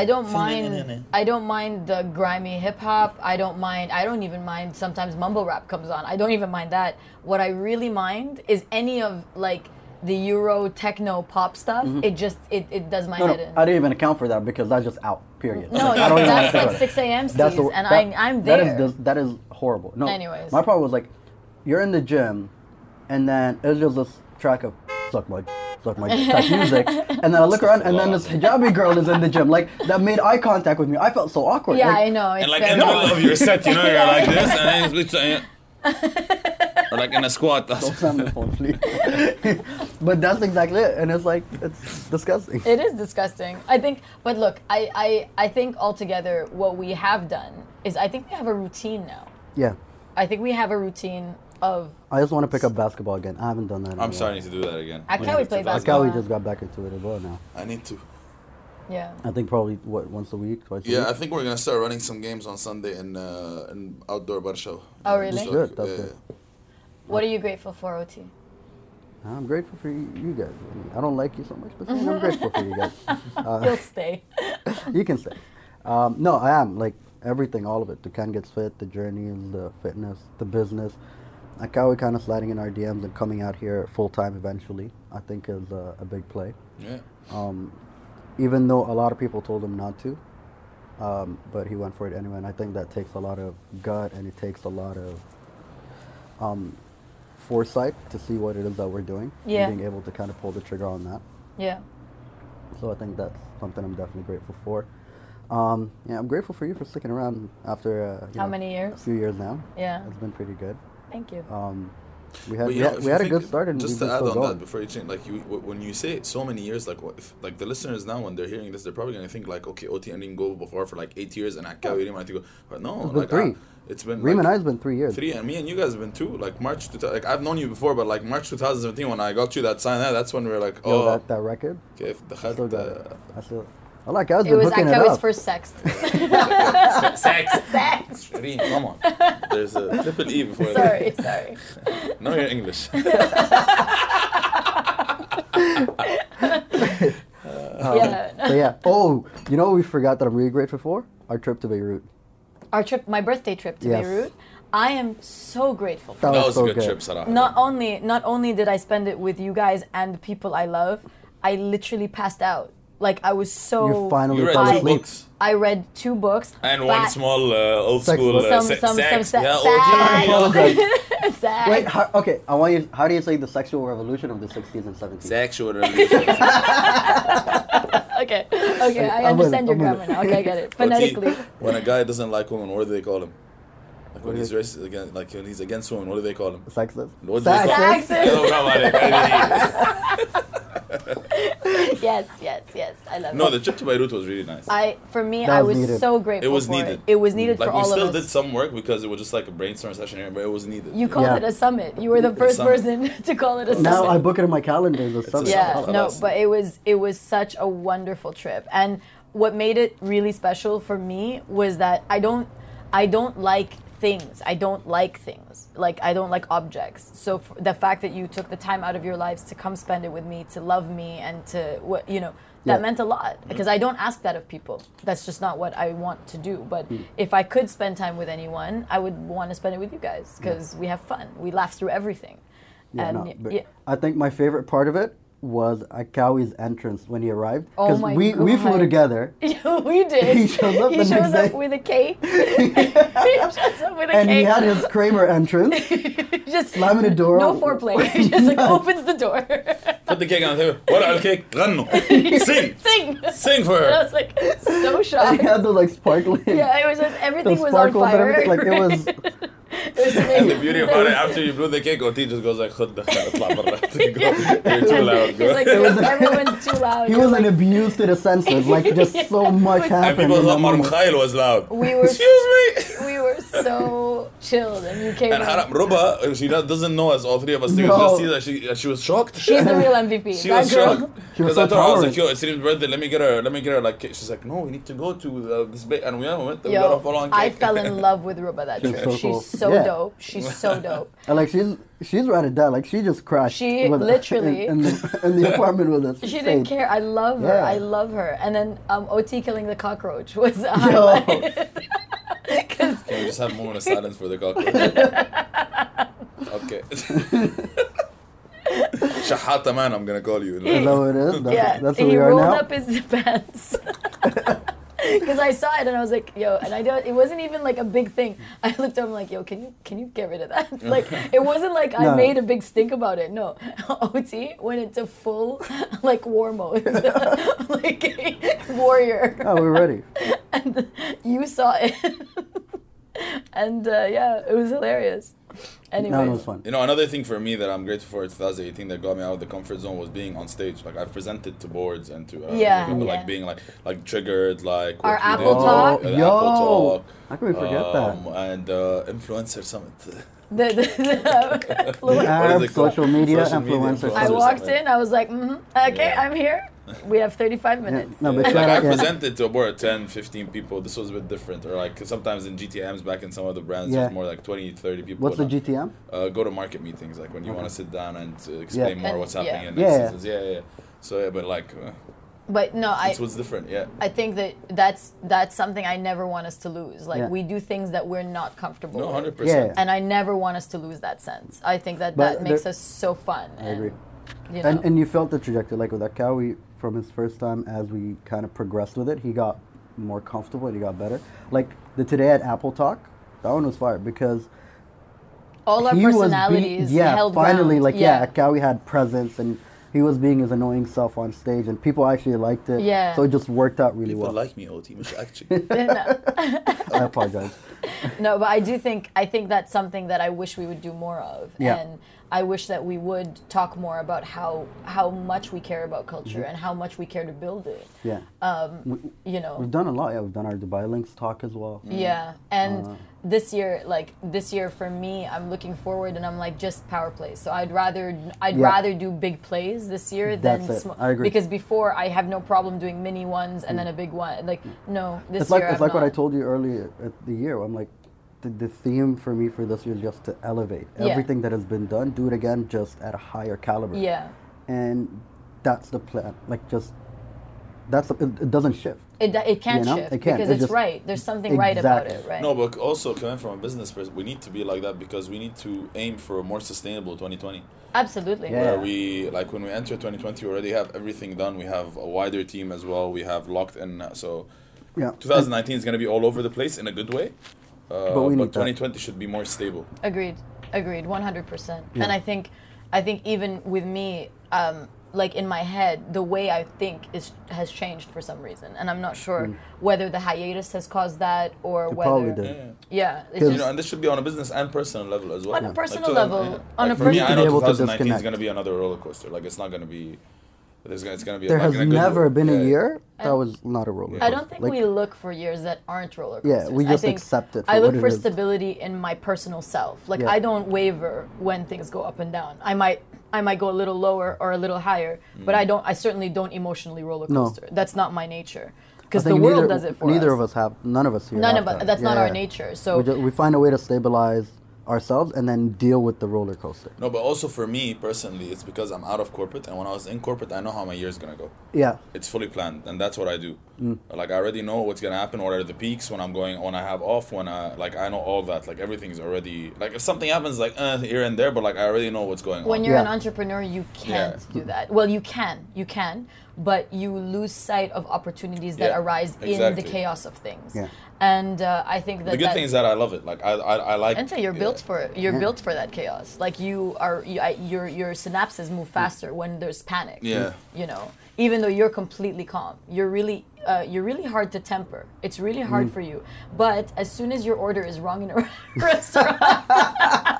Speaker 3: I
Speaker 12: don't mind. I don't mind the grimy hip hop. I don't mind. I don't even mind. Sometimes mumble rap comes on. I don't even mind that. What I really mind is any of like the Euro techno pop stuff.
Speaker 7: Mhm.
Speaker 12: It just it, it does my
Speaker 7: No, no,
Speaker 12: head in.
Speaker 7: I didn't even account for that because that's just out. Period.
Speaker 12: No,
Speaker 7: I don't even wanna
Speaker 12: that's
Speaker 7: think about
Speaker 12: like
Speaker 7: it.
Speaker 12: 6 a.m.
Speaker 7: That's the-
Speaker 12: Steve's, and
Speaker 7: that-
Speaker 12: I, I'm
Speaker 7: That
Speaker 12: there.
Speaker 7: is dis- that is horrible. No.
Speaker 12: Anyways.
Speaker 7: my problem was like, you're in the gym, and then it's just this track of suck my d- suck my d- type music, and then I look around, and then this hijabi girl is in the gym, like that made eye contact with me. I felt so awkward.
Speaker 12: yeah,
Speaker 7: like,
Speaker 12: I know. It's
Speaker 3: And like
Speaker 12: very
Speaker 3: in the
Speaker 12: wrong.
Speaker 3: middle of your set, you know, you're like this, and then it's between- or like in a squat. Don't
Speaker 7: sound the phone, please. But that's exactly it, and it's like it's disgusting.
Speaker 12: It is disgusting. I think, but look, I, I, I think altogether what we have done is I think we have a routine now.
Speaker 7: Yeah,
Speaker 12: I think we have a routine of
Speaker 7: I just want to pick up basketball again. I haven't done that. in a
Speaker 3: I'm
Speaker 7: while.
Speaker 3: sorry, I need to do that again.
Speaker 12: I can't wait to play
Speaker 7: Like
Speaker 12: basketball.
Speaker 7: how we just got back into it as well now.
Speaker 3: I need to.
Speaker 12: yeah.
Speaker 7: I think probably what once a week, twice. a
Speaker 3: Yeah, I
Speaker 7: week?
Speaker 3: think we're gonna start running some games on Sunday in uh, in outdoor bar show.
Speaker 12: Oh, really?
Speaker 3: So,
Speaker 7: Good, that's
Speaker 3: uh,
Speaker 7: good.
Speaker 12: What are you grateful for, OT?
Speaker 7: I'm grateful for you, you guys. I, mean, I don't like you so much, but I'm grateful for you guys.
Speaker 12: You'll
Speaker 7: Uh,
Speaker 12: stay.
Speaker 7: you can say. Um, no, I am like everything, all of it. The can gets fit, the journey, the fitness, the business. Like how we kind of sliding in our DMs and coming out here full time eventually. I think is a, a big play.
Speaker 3: Yeah.
Speaker 7: Um, even though a lot of people told him not to, um, but he went for it anyway. And I think that takes a lot of gut and it takes a lot of um, foresight to see what it is that we're doing
Speaker 12: Yeah.
Speaker 7: and being able to kind of pull the trigger on that.
Speaker 12: Yeah.
Speaker 7: So I think that's something I'm definitely grateful for. Um, yeah, I'm grateful for you for sticking around after uh, you
Speaker 12: How many
Speaker 7: a
Speaker 12: years?
Speaker 7: few years now.
Speaker 12: Yeah.
Speaker 7: it's been pretty good.
Speaker 12: Thank you.
Speaker 7: Um, we had
Speaker 3: But,
Speaker 7: we
Speaker 3: you know,
Speaker 7: had,
Speaker 3: if
Speaker 7: we
Speaker 3: you
Speaker 7: had a
Speaker 3: think-
Speaker 7: good start and
Speaker 3: just
Speaker 7: we've
Speaker 3: to
Speaker 7: been
Speaker 3: add
Speaker 7: still
Speaker 3: on
Speaker 7: going.
Speaker 3: that before you change, like you, wh- when you say it so many years, like what if, like the listeners now when they're hearing this, they're probably gonna think like, okay, OT and didn't go before for like eight years, and Akka we didn't want to go, but no,
Speaker 7: It's been
Speaker 3: like
Speaker 7: three.
Speaker 3: I, it's been
Speaker 7: Reem
Speaker 3: like,
Speaker 7: and I's been three years.
Speaker 3: Three and me and you guys have been two. Like March, two, like I've known you before, but like March 2017 when I got you that sign, that that's when we were like,
Speaker 7: Yo,
Speaker 3: oh,
Speaker 7: that, that record.
Speaker 3: okay, if the
Speaker 7: I still
Speaker 3: khat,
Speaker 7: got
Speaker 3: uh,
Speaker 7: it. I still. I like I was
Speaker 12: It
Speaker 7: been
Speaker 12: was
Speaker 7: hooking it
Speaker 12: Akawi's
Speaker 7: up.
Speaker 12: first sext.
Speaker 3: Sex.
Speaker 12: Sext.
Speaker 3: Reem, come on. There's a triple E before
Speaker 12: Sorry, sorry.
Speaker 3: that. No, you're English.
Speaker 7: Um,
Speaker 12: Yeah.
Speaker 7: But yeah. Oh, you know what we forgot that I'm really grateful for? Our trip to Beirut.
Speaker 12: Our trip, my birthday trip to
Speaker 7: Yes.
Speaker 12: Beirut. I am so grateful for
Speaker 7: That
Speaker 3: That
Speaker 7: was
Speaker 3: was
Speaker 7: so
Speaker 3: a good,
Speaker 7: good.
Speaker 3: trip, Sarah.
Speaker 12: not only not only did I spend it with you guys and the people I love, I literally passed out. Like I was so
Speaker 7: You finally You
Speaker 3: read fell two asleep. books.
Speaker 12: I read two books
Speaker 3: And
Speaker 12: but
Speaker 3: one small uh, old
Speaker 7: Sex
Speaker 3: school
Speaker 7: book.
Speaker 3: uh,
Speaker 12: Some-
Speaker 3: se-
Speaker 12: some- some
Speaker 3: sex.
Speaker 12: se-
Speaker 3: yeah,
Speaker 12: sex.
Speaker 3: OG.
Speaker 12: sad.
Speaker 7: Oh, Wait. How, okay. I want you. How do you say the sexual revolution of the 60s and 70s?
Speaker 3: Sexual revolution.
Speaker 12: okay, okay,
Speaker 7: I-
Speaker 12: I,
Speaker 7: I'm with
Speaker 12: understand
Speaker 7: it, I'm with
Speaker 12: your grammar
Speaker 7: it.
Speaker 12: now. Okay, I get it. Phonetically,
Speaker 3: OT, when a guy doesn't like women, what do they call him? Like when he's racist against, like when he's against women, what do they call him?
Speaker 7: Sexist.
Speaker 3: What do they call him?
Speaker 12: Sexist.
Speaker 3: Yeah, bravo, Ali, really.
Speaker 12: yes, yes, yes. I love
Speaker 3: No,
Speaker 12: it.
Speaker 3: the trip to Beirut was really nice.
Speaker 12: I for me,
Speaker 7: That
Speaker 12: I
Speaker 7: was
Speaker 12: was
Speaker 7: needed.
Speaker 12: so grateful.
Speaker 3: It was
Speaker 12: for
Speaker 3: needed.
Speaker 12: It, it was needed
Speaker 3: like
Speaker 12: for
Speaker 3: we
Speaker 12: all
Speaker 3: still
Speaker 12: of
Speaker 3: did
Speaker 12: us.
Speaker 3: some work because it was just like a brainstorm session here, but it was needed.
Speaker 12: You called
Speaker 7: Yeah.
Speaker 12: it a summit. You were the first
Speaker 3: summit.
Speaker 12: person to call it a summit.
Speaker 7: Now I book it in my calendar. The summer.
Speaker 12: yeah
Speaker 3: Salah.
Speaker 12: no
Speaker 3: Salah.
Speaker 12: but it was it was such a wonderful trip and what made it really special for me was that i don't i don't like things i don't like things like i don't like objects so f- the fact that you took the time out of your lives to come spend it with me to love me and to what you know that
Speaker 7: Yeah.
Speaker 12: meant a lot because i don't ask that of people that's just not what i want to do but
Speaker 7: Hmm.
Speaker 12: if i could spend time with anyone i would want to spend it with you guys because we have fun we laugh through everything
Speaker 7: Yeah,
Speaker 12: and
Speaker 7: no, but
Speaker 12: yeah.
Speaker 7: I think my favorite part of it was Akawi's entrance when he arrived
Speaker 12: Oh
Speaker 7: because
Speaker 12: my
Speaker 7: we we flew
Speaker 12: God.
Speaker 7: together
Speaker 12: we did.
Speaker 7: He shows up
Speaker 12: He
Speaker 7: the next
Speaker 12: shows up
Speaker 7: day.
Speaker 12: with a cake. he shows up with a
Speaker 7: and he
Speaker 12: cake.
Speaker 7: had his Kramer entrance.
Speaker 12: just
Speaker 7: slamming the door.
Speaker 12: No foreplay. He just like opens the door.
Speaker 3: Put the cake on the table. What on cake? Run. Sing.
Speaker 12: Sing.
Speaker 3: Sing for
Speaker 12: And I
Speaker 3: her.
Speaker 12: was like so
Speaker 7: he
Speaker 12: shocked.
Speaker 7: had the like sparkling.
Speaker 12: Yeah, it was just everything
Speaker 7: The
Speaker 12: was on
Speaker 7: sparkles and
Speaker 12: fire.
Speaker 7: everything, like, it was-
Speaker 12: It was
Speaker 3: And the
Speaker 12: amazing.
Speaker 3: beauty about it, after you blew the cake, OT just goes like, خد دخل, اطلع برا. Go. You're too loud.
Speaker 12: He's
Speaker 3: Go.
Speaker 12: like, everyone's too loud.
Speaker 7: He
Speaker 12: You're
Speaker 7: was
Speaker 12: like,
Speaker 7: an abuse to the senses. Like just so much
Speaker 3: and
Speaker 7: happened.
Speaker 3: people
Speaker 7: in that
Speaker 3: thought
Speaker 7: moment.
Speaker 3: Marm Khail was loud.
Speaker 12: we were
Speaker 3: Excuse me.
Speaker 12: we were so chilled, and you came.
Speaker 3: And
Speaker 12: in.
Speaker 3: Haram, Ruba, she do- doesn't know us, all three of us.
Speaker 12: No.
Speaker 3: No. Just see that she, uh, she was shocked.
Speaker 12: She's the real MVP.
Speaker 3: She
Speaker 12: That
Speaker 3: was
Speaker 12: girl.
Speaker 3: shocked.
Speaker 7: She was
Speaker 3: Because I
Speaker 7: so
Speaker 3: told her, I was
Speaker 7: tolerant.
Speaker 3: like, yo, it's Selim's birthday, let me get her, let me get her, like, cake. She's like, no, we need to go to uh, this place. And we all went, there, we got
Speaker 12: Yo,
Speaker 3: a full-on
Speaker 12: I
Speaker 3: cake.
Speaker 12: fell in love with Ruba that
Speaker 7: She's
Speaker 12: trip.
Speaker 7: so cool.
Speaker 12: She's so
Speaker 7: Yeah.
Speaker 12: dope. She's so dope.
Speaker 7: And like she's she's right at that. Like she just crashed.
Speaker 12: She
Speaker 7: with-
Speaker 12: literally-
Speaker 7: in, in the, in the apartment with us.
Speaker 12: She didn't
Speaker 7: Stayed.
Speaker 12: care. I love her.
Speaker 7: Yeah.
Speaker 12: I love her. And then um, OT killing the cockroach was a highlight.
Speaker 3: Can we just have a moment of silence for the cockroach? okay. Shahata man, I'm gonna call you.
Speaker 7: Is that what it is? That's,
Speaker 12: yeah,
Speaker 7: that's
Speaker 12: he
Speaker 7: where we are
Speaker 12: rolled
Speaker 7: now.
Speaker 12: up his pants. Because I saw it and I was like, "Yo!" And I don't. It wasn't even like a big thing. I looked up. I'm like, "Yo, can you can you get rid of that?" like, it wasn't like I
Speaker 7: No.
Speaker 12: made a big stink about it. No, OT went into full like war mode, like warrior.
Speaker 7: Oh, we're ready.
Speaker 12: You saw it, and uh, yeah, it was hilarious. Anyway,
Speaker 3: You know, another thing for me that I'm grateful for in 2018 that got me out of the comfort zone was being on stage. Like I've presented to boards and to uh,
Speaker 12: Yeah,
Speaker 3: people,
Speaker 12: yeah.
Speaker 3: like being like like triggered, like
Speaker 12: Our
Speaker 3: what we did.
Speaker 12: Apple Talk?
Speaker 3: Uh,
Speaker 7: Oh, Yo,
Speaker 3: Apple Talk.
Speaker 7: how can we forget
Speaker 3: um, that? And uh, influencer summit.
Speaker 12: the, the, the
Speaker 7: Arab
Speaker 3: it called?
Speaker 7: social media
Speaker 3: Social media
Speaker 7: influencers.
Speaker 12: I
Speaker 3: influencers.
Speaker 12: walked in. I was like, mm "Okay, I'm here. We have 35 minutes."
Speaker 7: No, but
Speaker 3: like
Speaker 7: shout
Speaker 3: I
Speaker 7: out, yeah.
Speaker 3: presented to a board of 10, 15 people. This was a bit different. Or like 'cause sometimes in GTMs back in some of the brands,
Speaker 7: Yeah.
Speaker 3: there's more like 20, 30 people.
Speaker 7: What's the
Speaker 3: whatnot.
Speaker 7: GTM?
Speaker 3: uh, go to market meetings, like when you want to sit down and uh, explain more
Speaker 12: And-
Speaker 3: what's
Speaker 12: yeah.
Speaker 3: happening in
Speaker 7: Yeah,
Speaker 3: next
Speaker 7: yeah.
Speaker 3: seasons. Yeah, yeah. yeah. So yeah, but like uh,
Speaker 12: But no, I
Speaker 3: it's what's different. Yeah.
Speaker 12: I think that that's that's something I never want us to lose. Like
Speaker 7: Yeah.
Speaker 12: we do things that we're not comfortable.
Speaker 3: No, hundred
Speaker 12: with.
Speaker 3: percent.
Speaker 7: Yeah.
Speaker 12: And I never want us to lose that sense. I think that
Speaker 7: But
Speaker 12: that makes
Speaker 7: there-
Speaker 12: us so fun.
Speaker 7: I agree.
Speaker 12: You know,
Speaker 7: And and you felt the trajectory, like with Akawi, from his first time as we kind of progressed with it, he got more comfortable and he got better. Like the today at Apple Talk, that one was fire because
Speaker 12: all our
Speaker 7: he was being-
Speaker 12: personalities
Speaker 7: yeah,
Speaker 12: held
Speaker 7: finally,
Speaker 12: ground.
Speaker 7: like yeah. Akawi had presence and he was being his annoying self on stage, and people actually liked it.
Speaker 12: Yeah.
Speaker 7: So it just worked out really
Speaker 3: People
Speaker 7: well.
Speaker 3: like me, OT, مش actually.
Speaker 7: I apologize.
Speaker 12: no, but I do think I think that's something that I wish we would do more of,
Speaker 7: Yeah.
Speaker 12: and I wish that we would talk more about how how much we care about culture and how much we care to build it.
Speaker 7: Yeah.
Speaker 12: Um, You know,
Speaker 7: We've done a lot. Yeah, we've done our Dubai Links talk as well.
Speaker 12: Yeah, and
Speaker 7: Uh-huh.
Speaker 12: this year, like this year for me, I'm looking forward, and I'm like just power plays. So I'd rather I'd
Speaker 7: Yeah.
Speaker 12: rather do big plays this year than
Speaker 7: That's it. I agree.
Speaker 12: because before I have no problem doing mini ones and then a big one. Like no, this
Speaker 7: Mm. it's like
Speaker 12: year
Speaker 7: it's
Speaker 12: I'm
Speaker 7: like what I
Speaker 12: not.
Speaker 7: told you earlier at the year. I'm like, the, the theme for me for this year is just to elevate
Speaker 12: Yeah.
Speaker 7: everything that has been done. Do it again, just at a higher caliber.
Speaker 12: Yeah,
Speaker 7: And that's the plan. Like just that's the, it, it doesn't shift.
Speaker 12: it it can
Speaker 7: You know?
Speaker 12: shift
Speaker 7: It can.
Speaker 12: because
Speaker 7: It
Speaker 12: it's
Speaker 7: just-
Speaker 12: right. There's something right about it,
Speaker 7: Exactly.
Speaker 12: right?
Speaker 3: No, but also coming from a business person, we need to be like that because we need to aim for a more sustainable 2020.
Speaker 12: Absolutely.
Speaker 7: Yeah.
Speaker 3: Where we like when we enter 2020, we already have everything done. We have a wider team as well. We have locked in. uh, So
Speaker 7: Yeah.
Speaker 3: 2019 is going to be all over the place in a good way. Uh,
Speaker 7: But
Speaker 3: but
Speaker 7: we need that.
Speaker 3: 2020 should be more stable.
Speaker 12: Agreed. Agreed. One hundred percent. And I think, I think even with me, um, like in my head, the way I think is has changed for some reason, and I'm not sure whether the hiatus has caused that or
Speaker 7: Mm. It
Speaker 12: whether.
Speaker 7: probably did.
Speaker 12: Yeah. It's
Speaker 7: Because-
Speaker 3: You know, and this should be on a business and personal level as well.
Speaker 12: On a personal
Speaker 3: to-
Speaker 12: level, on
Speaker 3: Like,
Speaker 12: a
Speaker 3: for me,
Speaker 12: personal-
Speaker 3: I
Speaker 7: To be
Speaker 3: know
Speaker 7: able to
Speaker 3: 2019 is
Speaker 7: disconnect.
Speaker 3: going to be another roller coaster. Like it's not going to be. There's gonna, it's going to be.
Speaker 7: There
Speaker 3: like,
Speaker 7: has
Speaker 3: in a good
Speaker 7: never
Speaker 3: way.
Speaker 7: been
Speaker 3: Yeah,
Speaker 7: a
Speaker 3: yeah.
Speaker 7: year that
Speaker 12: And-
Speaker 7: was not a roller.
Speaker 12: I
Speaker 7: coaster.
Speaker 12: don't think
Speaker 7: Like,
Speaker 12: we look for years that aren't roller
Speaker 7: Yeah,
Speaker 12: coasters.
Speaker 7: we just
Speaker 12: I think
Speaker 7: accept it
Speaker 12: I
Speaker 7: for
Speaker 12: look
Speaker 7: what
Speaker 12: for
Speaker 7: it is.
Speaker 12: stability in my personal self. Like
Speaker 7: Yeah.
Speaker 12: I don't waver when things go up and down. I might I might go a little lower or a little higher, but I don't. I certainly don't emotionally roller
Speaker 7: Mm. No.
Speaker 12: coaster. That's not my nature.
Speaker 7: I
Speaker 12: Because the
Speaker 7: think
Speaker 12: world
Speaker 7: neither,
Speaker 12: does it for
Speaker 7: neither
Speaker 12: us.
Speaker 7: of us have. None of us here.
Speaker 12: None
Speaker 7: have
Speaker 12: of us.
Speaker 7: that.
Speaker 12: That's not
Speaker 7: Yeah,
Speaker 12: our
Speaker 7: yeah.
Speaker 12: nature. So
Speaker 7: We, ju- we find a way to stabilize ourselves and then deal with the roller coaster.
Speaker 3: No, but also for me personally, it's because I'm out of corporate, and when I was in corporate, I know how my year is gonna go.
Speaker 7: Yeah.
Speaker 3: It's fully planned, and that's what I do.
Speaker 7: Mm.
Speaker 3: Like I already know what's gonna happen. What are the peaks when I'm going? When I have off? When I like I know all that. Like everything's already like if something happens like uh, here and there, but like I already know what's going
Speaker 12: when
Speaker 3: on.
Speaker 12: you're
Speaker 7: Yeah.
Speaker 12: an entrepreneur, you can't
Speaker 3: Yeah.
Speaker 12: do that. Well, you can, you can, but you lose sight of opportunities that
Speaker 3: Yeah,
Speaker 12: arise in the
Speaker 3: exactly.
Speaker 12: chaos of things.
Speaker 7: Yeah.
Speaker 12: And uh, I think that
Speaker 3: the good
Speaker 12: that,
Speaker 3: thing is that I love it. Like I I, I like.
Speaker 12: And so you're
Speaker 3: yeah.
Speaker 12: built for it.
Speaker 7: Mm-hmm.
Speaker 12: You're built for that chaos. Like you are, you, I, your your synapses move faster when there's panic.
Speaker 3: Mm. Yeah.
Speaker 12: You know, even though you're completely calm, you're really uh, you're really hard to temper. It's really hard
Speaker 13: Mm.
Speaker 12: for you. But as soon as your order is wrong in a restaurant,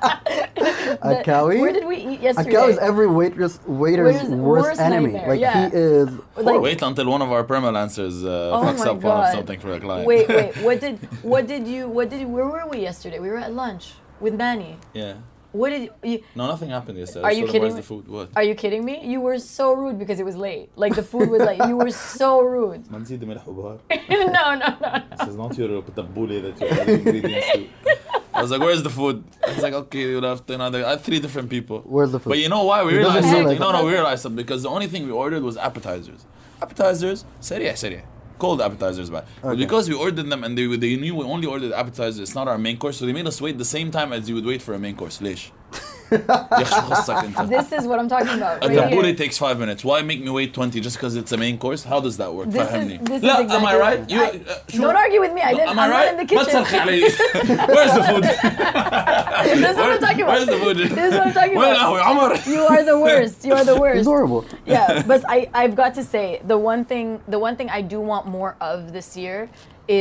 Speaker 7: At Cali?
Speaker 12: where did we eat
Speaker 7: At
Speaker 12: yesterday?
Speaker 7: Cali is every waitress waiter's
Speaker 12: Waiter's
Speaker 7: worst,
Speaker 12: worst
Speaker 7: enemy.
Speaker 12: nightmare,
Speaker 7: Like
Speaker 12: yeah.
Speaker 7: he is.
Speaker 12: Like-
Speaker 3: Wait until one of our permalancers uh,
Speaker 12: Oh
Speaker 3: fucks
Speaker 12: my
Speaker 3: up on
Speaker 12: God.
Speaker 3: something for a client.
Speaker 12: Wait, wait. What did what did you what did you, where were we yesterday? We were at lunch with Manny.
Speaker 3: yeah.
Speaker 12: What did you,
Speaker 3: No, nothing happened yesterday. I
Speaker 12: Are
Speaker 3: just
Speaker 12: you
Speaker 3: told him,
Speaker 12: kidding?
Speaker 3: Where's
Speaker 12: me?
Speaker 3: the food? What?
Speaker 12: Are you kidding me? You were so rude because it was late. Like the food was like you were so rude.
Speaker 3: ما نزيد ملح وبهار.
Speaker 12: no, no, no.
Speaker 3: This is not your tabbouleh that you're adding ingredients to. I was like, where's the food? I was like, okay, we left another. I had three different people.
Speaker 7: Where's the food?
Speaker 3: But you know why? We
Speaker 7: It doesn't
Speaker 3: realized
Speaker 7: look
Speaker 3: something.
Speaker 7: like
Speaker 3: No,
Speaker 7: that.
Speaker 3: no, we realized something because the only thing we ordered was appetizers. Appetizers, سريع سريع. Cold appetizers, but But
Speaker 7: Okay.
Speaker 3: because we ordered them and they, they knew we only ordered appetizers, it's not our main course, so they made us wait the same time as you would wait for a main course. ليش؟ يا أخي شو خصك أنت؟
Speaker 12: This is what I'm talking about.
Speaker 3: A
Speaker 12: Right here.
Speaker 3: tabbouleh takes five minutes. Why make me wait 20 just because it's a main course? How does that work?
Speaker 12: This is-
Speaker 3: فهمني.
Speaker 12: this is
Speaker 3: لا, am I
Speaker 12: exactly-
Speaker 3: right? You, uh, شو-
Speaker 12: Don't argue with me. I
Speaker 3: No,
Speaker 12: didn't.
Speaker 3: am I
Speaker 12: I'm
Speaker 3: right?
Speaker 12: not in the
Speaker 3: ما تصرخي
Speaker 12: kitchen.
Speaker 3: علي. Where's the food?
Speaker 12: this is what I'm talking about.
Speaker 3: Where's the food?
Speaker 12: This is what I'm talking
Speaker 3: وين
Speaker 12: about.
Speaker 3: قهوة يا عمر؟
Speaker 12: You are the worst. You are the worst.
Speaker 7: Adorable.
Speaker 12: yeah, but I, I've got to say the one thing the one thing I do want more of this year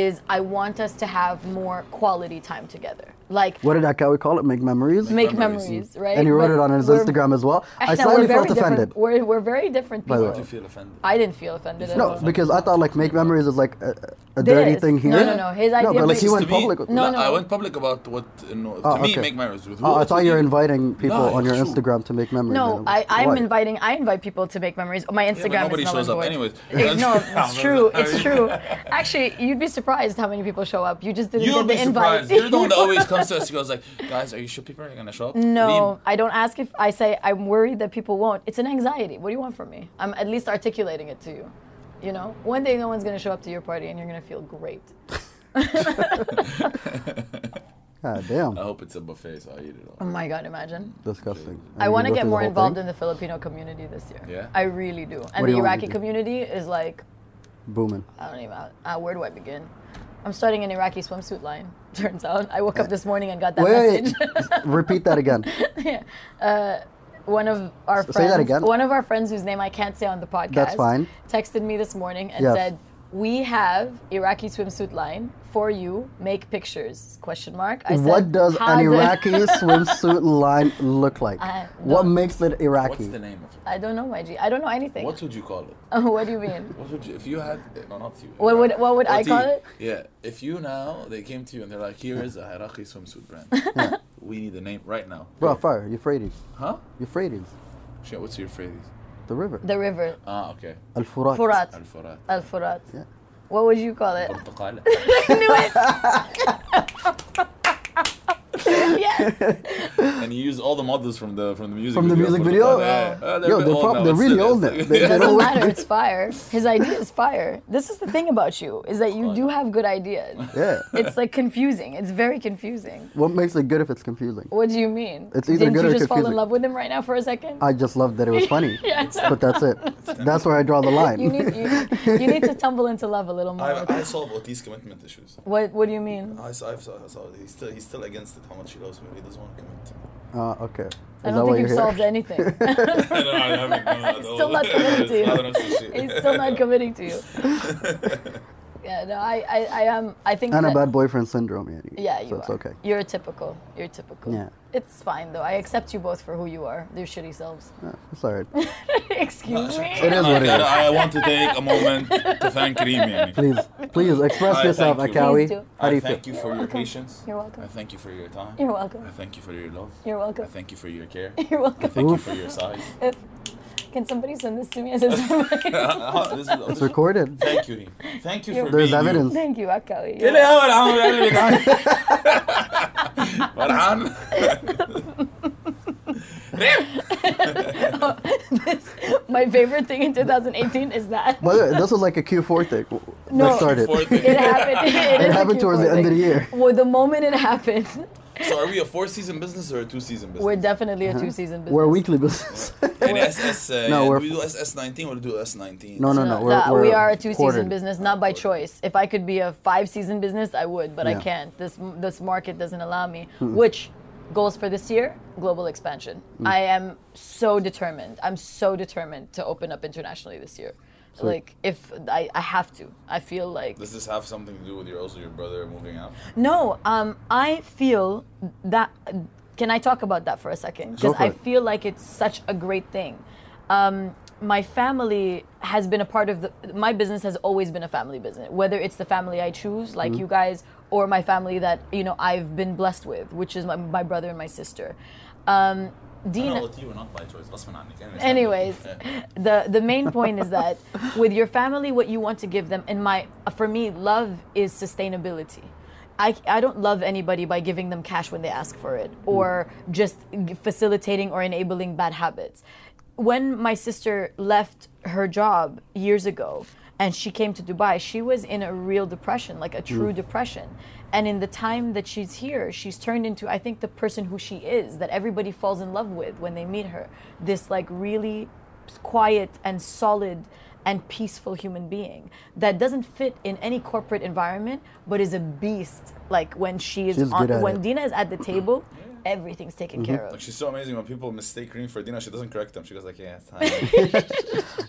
Speaker 12: is I want us to have more quality time together. Like
Speaker 7: What did that guy we call it? Make memories.
Speaker 12: Make Make memories. memories, right?
Speaker 7: And he wrote
Speaker 12: But
Speaker 7: it on his
Speaker 12: we're-
Speaker 7: Instagram as well. I
Speaker 12: Ahna,
Speaker 7: slightly
Speaker 12: we're very
Speaker 7: felt offended.
Speaker 12: different- We're, we're very different
Speaker 7: By
Speaker 12: people.
Speaker 7: the way. Did you
Speaker 3: feel offended?
Speaker 12: I didn't feel offended at
Speaker 7: No,
Speaker 12: all.
Speaker 7: because I thought like make memories is like a, a
Speaker 12: This.
Speaker 7: dirty thing here.
Speaker 12: No, no, no. His idea
Speaker 7: No, but like he
Speaker 12: was-
Speaker 7: went
Speaker 3: To me-
Speaker 7: public. with-
Speaker 3: لا, I went public about what you know, to
Speaker 7: Oh,
Speaker 3: me
Speaker 7: okay.
Speaker 3: make memories with
Speaker 7: Oh, I
Speaker 3: what
Speaker 7: thought
Speaker 3: to
Speaker 7: you were
Speaker 3: you.
Speaker 7: inviting people
Speaker 3: لا,
Speaker 7: on your
Speaker 3: شو.
Speaker 7: Instagram to make memories.
Speaker 12: No,
Speaker 7: and-
Speaker 12: I, I'm
Speaker 7: Why?
Speaker 12: inviting. I invite people to make memories. My Instagram
Speaker 3: but nobody
Speaker 12: is null
Speaker 3: shows
Speaker 12: and
Speaker 3: up
Speaker 12: void.
Speaker 3: anyways.
Speaker 12: Eh, no, it's true. It's true. Actually, you'd be surprised how many people show up. You just didn't
Speaker 3: You'll
Speaker 12: get
Speaker 3: be
Speaker 12: the invite.
Speaker 3: surprised. You're the one that always comes to us. She goes like, guys, are you sure people are gonna show up?
Speaker 12: No, I don't ask if I say I'm worried that people won't. It's an anxiety. What do you want from me? I'm at least articulating it to you. You know, one day no one's gonna show up to your party and you're gonna feel great.
Speaker 7: God Ah, damn.
Speaker 3: I hope it's a buffet, so I eat it all.
Speaker 12: Oh my god, imagine.
Speaker 7: Disgusting.
Speaker 12: I want to get more involved in the Filipino community this year.
Speaker 7: Yeah?
Speaker 12: I really do.
Speaker 7: What
Speaker 12: And
Speaker 7: do
Speaker 12: the
Speaker 7: you want me to
Speaker 12: Iraqi
Speaker 7: do?
Speaker 12: community is like,
Speaker 7: in. Booming.
Speaker 12: I don't even. Uh, where do I begin? I'm starting an Iraqi swimsuit line. Turns out, I woke up this morning and got that
Speaker 7: Wait.
Speaker 12: message.
Speaker 7: Repeat that again.
Speaker 12: yeah. uh, one of our
Speaker 7: S- say
Speaker 12: friends,
Speaker 7: that again.
Speaker 12: one of our friends whose name I can't say on the podcast,
Speaker 7: That's fine.
Speaker 12: texted me this morning and
Speaker 7: Yes.
Speaker 12: said, "We have Iraqi swimsuit line for you. Make pictures?" Question mark. I said,
Speaker 7: What does
Speaker 12: "How
Speaker 7: an
Speaker 12: the-" Uh,
Speaker 7: Iraqi swimsuit line look like?
Speaker 12: I
Speaker 7: What makes it Iraqi?
Speaker 3: What's the name of it?
Speaker 12: I don't know, my G. I don't know anything.
Speaker 3: What would you call it?
Speaker 12: Oh, what do you mean?
Speaker 3: What would you, if you had, no, not you.
Speaker 12: What would- what would I
Speaker 3: Oti,
Speaker 12: call it?
Speaker 3: Yeah, if you now, they came to you and they're like, here is a Iraqi swimsuit brand. we need a name right now.
Speaker 7: Bro, fire. Euphrates.
Speaker 3: Huh?
Speaker 7: Euphrates.
Speaker 3: Shit, what's your phrase?
Speaker 7: The river.
Speaker 12: The river.
Speaker 3: Ah, okay.
Speaker 7: Al Furat.
Speaker 12: Furat.
Speaker 3: Al Furat.
Speaker 12: Al Furat.
Speaker 7: Yeah.
Speaker 12: What would you call it?
Speaker 3: Portokala. and you use all the models from the from the music
Speaker 7: From the
Speaker 3: video.
Speaker 7: music video?
Speaker 3: Portokala, yeah, yeah. Uh,
Speaker 7: Yo,
Speaker 3: a bit
Speaker 7: they're
Speaker 3: old
Speaker 7: prob-
Speaker 3: now,
Speaker 7: they're
Speaker 3: it's-
Speaker 7: really
Speaker 3: it's-
Speaker 7: old now. They- they
Speaker 12: It
Speaker 7: don't-
Speaker 12: doesn't matter. It's fire. His idea is fire. This is the thing about you is that you do have good ideas.
Speaker 7: Yeah.
Speaker 12: It's like confusing. It's very confusing.
Speaker 7: What makes it good if it's confusing?
Speaker 12: What do you mean?
Speaker 7: It's either
Speaker 12: Didn't
Speaker 7: good
Speaker 12: you
Speaker 7: or
Speaker 12: just fall in
Speaker 7: confusing.
Speaker 12: love with him right now for a second?
Speaker 7: I just loved that it was funny.
Speaker 12: Yeah.
Speaker 7: But that's it. That's where I draw the line.
Speaker 12: you need you, you need to tumble into love a little more.
Speaker 3: I, I solve Otis' commitment issues.
Speaker 12: What what do you mean?
Speaker 3: I saw, I saw, I saw he's still he's still against it. How much he loves me, he doesn't want to commit to me.
Speaker 7: Uh, okay. Is
Speaker 12: I
Speaker 7: that
Speaker 12: don't
Speaker 7: why you're
Speaker 12: think you've
Speaker 7: here?
Speaker 12: solved anything.
Speaker 3: no, I haven't. No, at
Speaker 12: He's
Speaker 3: all.
Speaker 12: still not committing to
Speaker 3: I don't know,
Speaker 12: you.
Speaker 3: sushi.
Speaker 12: He's still not committing to you. Yeah, no, I, I, I am. I think
Speaker 7: And a
Speaker 12: that-
Speaker 7: bad boyfriend syndrome, Yanni.
Speaker 12: Yeah, you
Speaker 7: So it's
Speaker 12: are.
Speaker 7: okay.
Speaker 12: You're typical. You're typical.
Speaker 7: Yeah.
Speaker 12: It's fine though. I accept you both for who you are. Your shitty selves.
Speaker 7: Yeah, it's alright.
Speaker 12: Excuse me.
Speaker 7: It is what it is.
Speaker 3: I, I want to take a moment to thank Kareem. Yani.
Speaker 7: Please, please express
Speaker 3: I
Speaker 7: yourself,
Speaker 3: thank you.
Speaker 7: Akawi.
Speaker 12: Please do.
Speaker 7: How do
Speaker 3: I
Speaker 7: you
Speaker 3: thank
Speaker 7: feel?
Speaker 3: you for your patience.
Speaker 12: You're welcome.
Speaker 3: I thank you for your time.
Speaker 12: You're welcome.
Speaker 3: I thank you for your love.
Speaker 12: You're welcome.
Speaker 3: I thank you for your care.
Speaker 12: You're welcome.
Speaker 3: I thank you
Speaker 7: Oof.
Speaker 3: for your size.
Speaker 12: If, can somebody send this to me? I said somebody.
Speaker 3: This is-
Speaker 7: It's recorded.
Speaker 3: Thank you, Reem. Thank you for
Speaker 7: There's
Speaker 3: being
Speaker 7: evidence.
Speaker 12: Thank you, Akawi.
Speaker 3: You. إلى أول عمر قلبي تعال. فرحان؟
Speaker 12: This- my favorite thing in 2018 is that.
Speaker 7: By the way, this was like a Q4 thing w- that started.
Speaker 12: It happened.
Speaker 7: It
Speaker 12: It, is a
Speaker 7: happened towards the
Speaker 12: Q4
Speaker 7: end of the
Speaker 12: thing.
Speaker 7: year.
Speaker 12: Well, the moment it happened,
Speaker 3: So are we a four-season business or a two-season business?
Speaker 12: we're definitely
Speaker 7: Uh-huh.
Speaker 12: a two-season business.
Speaker 7: We're a weekly business.
Speaker 3: يعني SS, uh,
Speaker 7: No,
Speaker 3: yeah,
Speaker 7: we're-
Speaker 3: do we do SS19 or do S19?
Speaker 7: No, no, no. We're,
Speaker 12: Nah,
Speaker 7: we're
Speaker 12: we are a two-season
Speaker 7: quartered.
Speaker 12: business, not by choice. If I could be a five-season business, I would, but I
Speaker 7: Yeah.
Speaker 12: can't. This this market doesn't allow me.
Speaker 7: Mm.
Speaker 12: Which goals for this year? Global
Speaker 7: Hmm.
Speaker 12: expansion. I am so determined. I'm so determined to open up internationally this year.
Speaker 7: So-
Speaker 12: like if I, I have to, I feel like
Speaker 3: Does this have something to do with your also your brother moving out?
Speaker 12: No, um, I feel that. Can I talk about that for a second?
Speaker 3: Go
Speaker 12: Because
Speaker 3: for
Speaker 12: I
Speaker 3: it.
Speaker 12: feel like it's such a great thing. Um, my family has been a part of the. My business has always been a family business, whether it's the family I choose, like
Speaker 13: Mhm.
Speaker 3: Mm-hmm.
Speaker 12: you guys, or my family that you know I've been blessed with, which is my, my brother and my sister. Um, Dean.
Speaker 3: No, with you, not by choice. That's
Speaker 12: Anyways, the the main point is that with your family, what you want to give them, and my for me, love is sustainability. I, I don't love anybody by giving them cash when they ask for it or just g- facilitating or enabling bad habits. When my sister left her job years ago and she came to Dubai, she was in a real depression, like a true
Speaker 13: Mm.
Speaker 12: depression. And in the time that she's here, she's turned into, I think, the person who she is, that everybody falls in love with when they meet her. This, like, really quiet and solid and peaceful human being that doesn't fit in any corporate environment, but is a beast. Like, when she is
Speaker 3: She's good
Speaker 12: on,
Speaker 3: at
Speaker 12: when
Speaker 3: it. Mm-hmm.
Speaker 12: Dina is at the table, everything's taken care of.
Speaker 3: Like she's so amazing when people mistake green for Dina, she doesn't correct them. She goes like, "Yeah, it's time."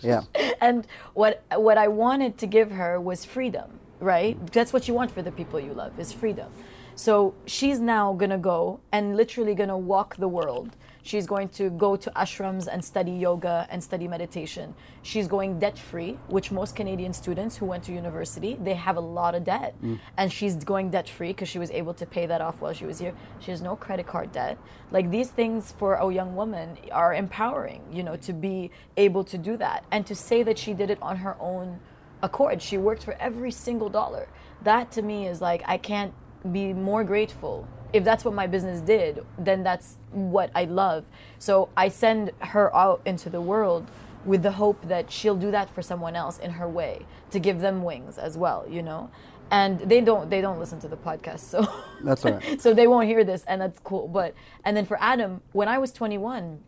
Speaker 7: yeah.
Speaker 12: and what what I wanted to give her was freedom, right? That's what you want for the people you love is freedom. So she's now gonna go and literally gonna walk the world. She's going to go to ashrams and study yoga and study meditation. She's going debt free, which most Canadian students who went to university, they have a lot of debt
Speaker 13: Mm.
Speaker 12: and she's going debt free because she was able to pay that off while she was here. She has no credit card debt. Like these things for a young woman are empowering, you know, to be able to do that and to say that she did it on her own accord. She worked for every single dollar. That to me is like I can't be more grateful. If that's what my business did, then that's what I love. So I send her out into the world with the hope that she'll do that for someone else in her way to give them wings as well, you know? and they don't they don't listen to the podcast so
Speaker 7: That's all right.
Speaker 12: so they won't hear this and that's cool but and then for adam when i was 21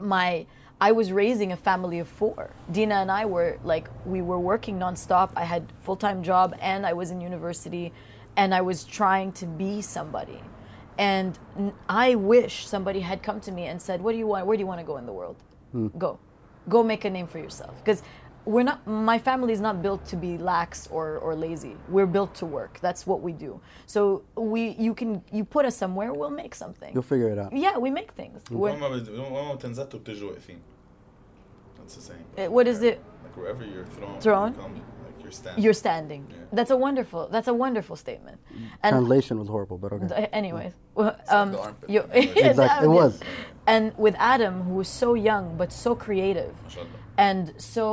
Speaker 12: my i was raising a family of four dina and i were like we were working nonstop i had full-time job and i was in university and i was trying to be somebody and n- i wish somebody had come to me and said what do you want where do you want to go in the world go go make a name for yourself because we're not my family is not built to be lax or, or lazy we're built to work that's what we do so we you can you put us somewhere we'll make something
Speaker 7: You'll figure it out.
Speaker 12: yeah we make things
Speaker 3: وين
Speaker 12: We're-
Speaker 3: ما بت- وين ما بتنزلتوا بتجوا واقفين. That's the saying.
Speaker 12: eh, what is it
Speaker 3: Like wherever you're thrown,
Speaker 12: Thrown?
Speaker 3: you come, like you're standing.
Speaker 12: you're standing that's a wonderful that's a wonderful statement and
Speaker 7: Translation was horrible, but okay.
Speaker 12: th- anyways well, um, you,
Speaker 7: Exactly. It was.
Speaker 12: and with adam who was so young but so creative and so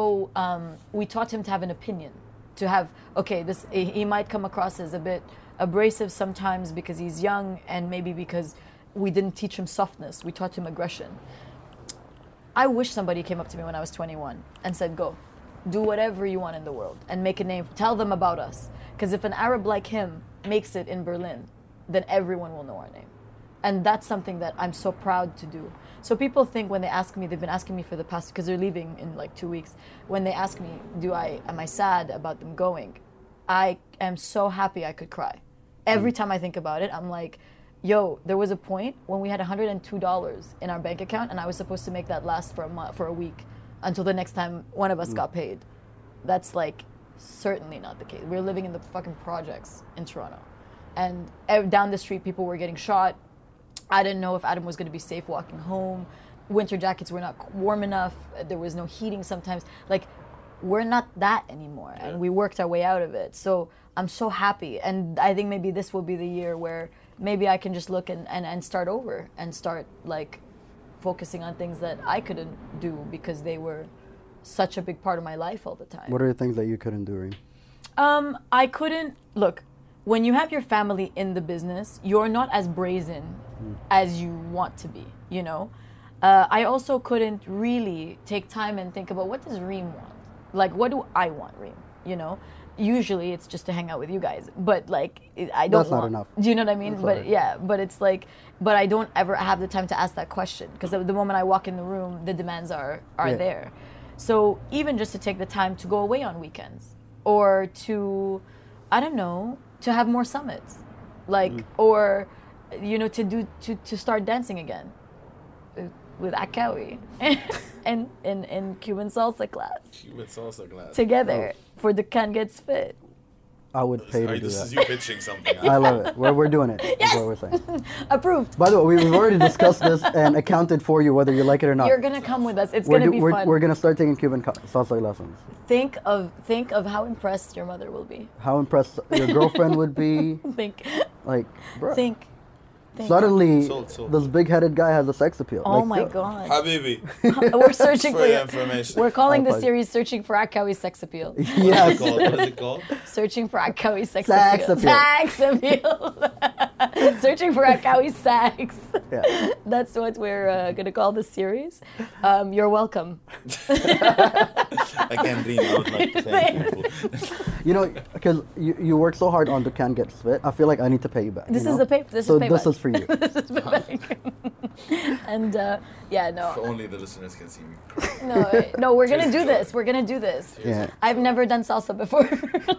Speaker 12: um, we taught him to have an opinion to have okay this he he might come across as a bit abrasive sometimes because he's young and maybe because we didn't teach him softness we taught him aggression i wish somebody came up to me when i was 21 and said go do whatever you want in the world and make a name tell them about us because if an arab like him makes it in berlin then everyone will know our name and that's something that I'm so proud to do. So people think when they ask me, they've been asking me for the past because they're leaving in like two weeks. When they ask me, do I am I sad about them going? I am so happy I could cry. Every time I think about it, I'm like, yo, there was a point when we had $102 in our bank account, and I was supposed to make that last for a month, for a week, until the next time one of us
Speaker 13: Mm.
Speaker 12: got paid. That's like certainly not the case. We're living in the fucking projects in Toronto, and ev- down the street, people were getting shot. I didn't know if Adam was going to be safe walking home. Winter jackets were not warm enough. There was no heating sometimes. Like, we're not that anymore. And we worked our way out of it. So I'm so happy. And I think maybe this will be the year where maybe I can just look and, and, and start over and start, like, focusing on things that I couldn't do because they were such a big part of my life all the time.
Speaker 7: What are the things that you couldn't do? Reem?
Speaker 12: Um, I couldn't look. When you have your family in the business, you're not as brazen
Speaker 7: Hmm.
Speaker 12: as you want to be. You know, uh, I also couldn't really take time and think about what does Reem want. Like, what do I want, Reem? You know, usually it's just to hang out with you guys, but like, it- I don't.
Speaker 7: That's not
Speaker 12: want-
Speaker 7: enough.
Speaker 12: Do you know what I mean?
Speaker 7: That's
Speaker 12: but
Speaker 7: alright.
Speaker 12: yeah, but it's like, but I don't ever have the time to ask that question because the, the moment I walk in the room, the demands are are
Speaker 13: Yeah.
Speaker 12: there. So even just to take the time to go away on weekends or to, I don't know, to have more summits,
Speaker 7: Mm.
Speaker 12: like or, you know, to do to to start dancing again. Uh, with Akawi and in in Cuban salsa class
Speaker 3: Cuban salsa glass.
Speaker 7: Oh.
Speaker 12: together for the can gets fit.
Speaker 7: I would pay to
Speaker 3: Sorry,
Speaker 7: do
Speaker 3: this is
Speaker 7: that.
Speaker 3: you pitching something.
Speaker 7: I love it. We're, we're doing it. is
Speaker 12: Yes.
Speaker 7: what we're saying.
Speaker 12: Approved.
Speaker 7: By the way, we've already discussed this and accounted for you whether you like it or not.
Speaker 12: You're gonna come with us. It's
Speaker 7: we're, do-
Speaker 12: gonna be
Speaker 7: we're,
Speaker 12: fun.
Speaker 7: we're gonna start taking Cuban co- salsa lessons.
Speaker 12: think of think of how impressed your mother will be.
Speaker 7: How impressed your girlfriend would be.
Speaker 12: Think,
Speaker 7: Like, bruh.
Speaker 12: think, think.
Speaker 7: Suddenly,
Speaker 3: Sold, sold.
Speaker 7: this big-headed guy has a sex appeal.
Speaker 12: Oh
Speaker 7: Like,
Speaker 12: my
Speaker 7: duh.
Speaker 12: god.
Speaker 3: Habibi.
Speaker 12: we're searching
Speaker 3: For
Speaker 12: for,
Speaker 3: your
Speaker 12: your
Speaker 3: information.
Speaker 12: We're calling the
Speaker 7: Likewise.
Speaker 12: series "Searching for Akawi Sex Appeal."
Speaker 3: What is it
Speaker 7: Yes.
Speaker 3: called? What is it called?
Speaker 12: Searching for Akawi Sex
Speaker 7: Sex
Speaker 12: Appeal.
Speaker 7: appeal.
Speaker 12: Sex appeal. Searching for Akawi Sex.
Speaker 7: Yeah.
Speaker 12: That's what we're uh, gonna call the series. Um, you're welcome.
Speaker 3: I can't dream. I would like to thank you.
Speaker 7: You know, because you, you work so hard on the can get fit. I feel like I need to pay you back.
Speaker 12: This
Speaker 7: you
Speaker 12: is
Speaker 7: know?
Speaker 12: the pay. This
Speaker 7: so
Speaker 12: is payback.
Speaker 7: this is for you.
Speaker 12: this is payback. and uh, yeah,
Speaker 3: If
Speaker 12: no,
Speaker 3: only the listeners can see me.
Speaker 12: no, eh, no. We're gonna do this. We're gonna do this.
Speaker 7: yeah.
Speaker 12: I've never done salsa before.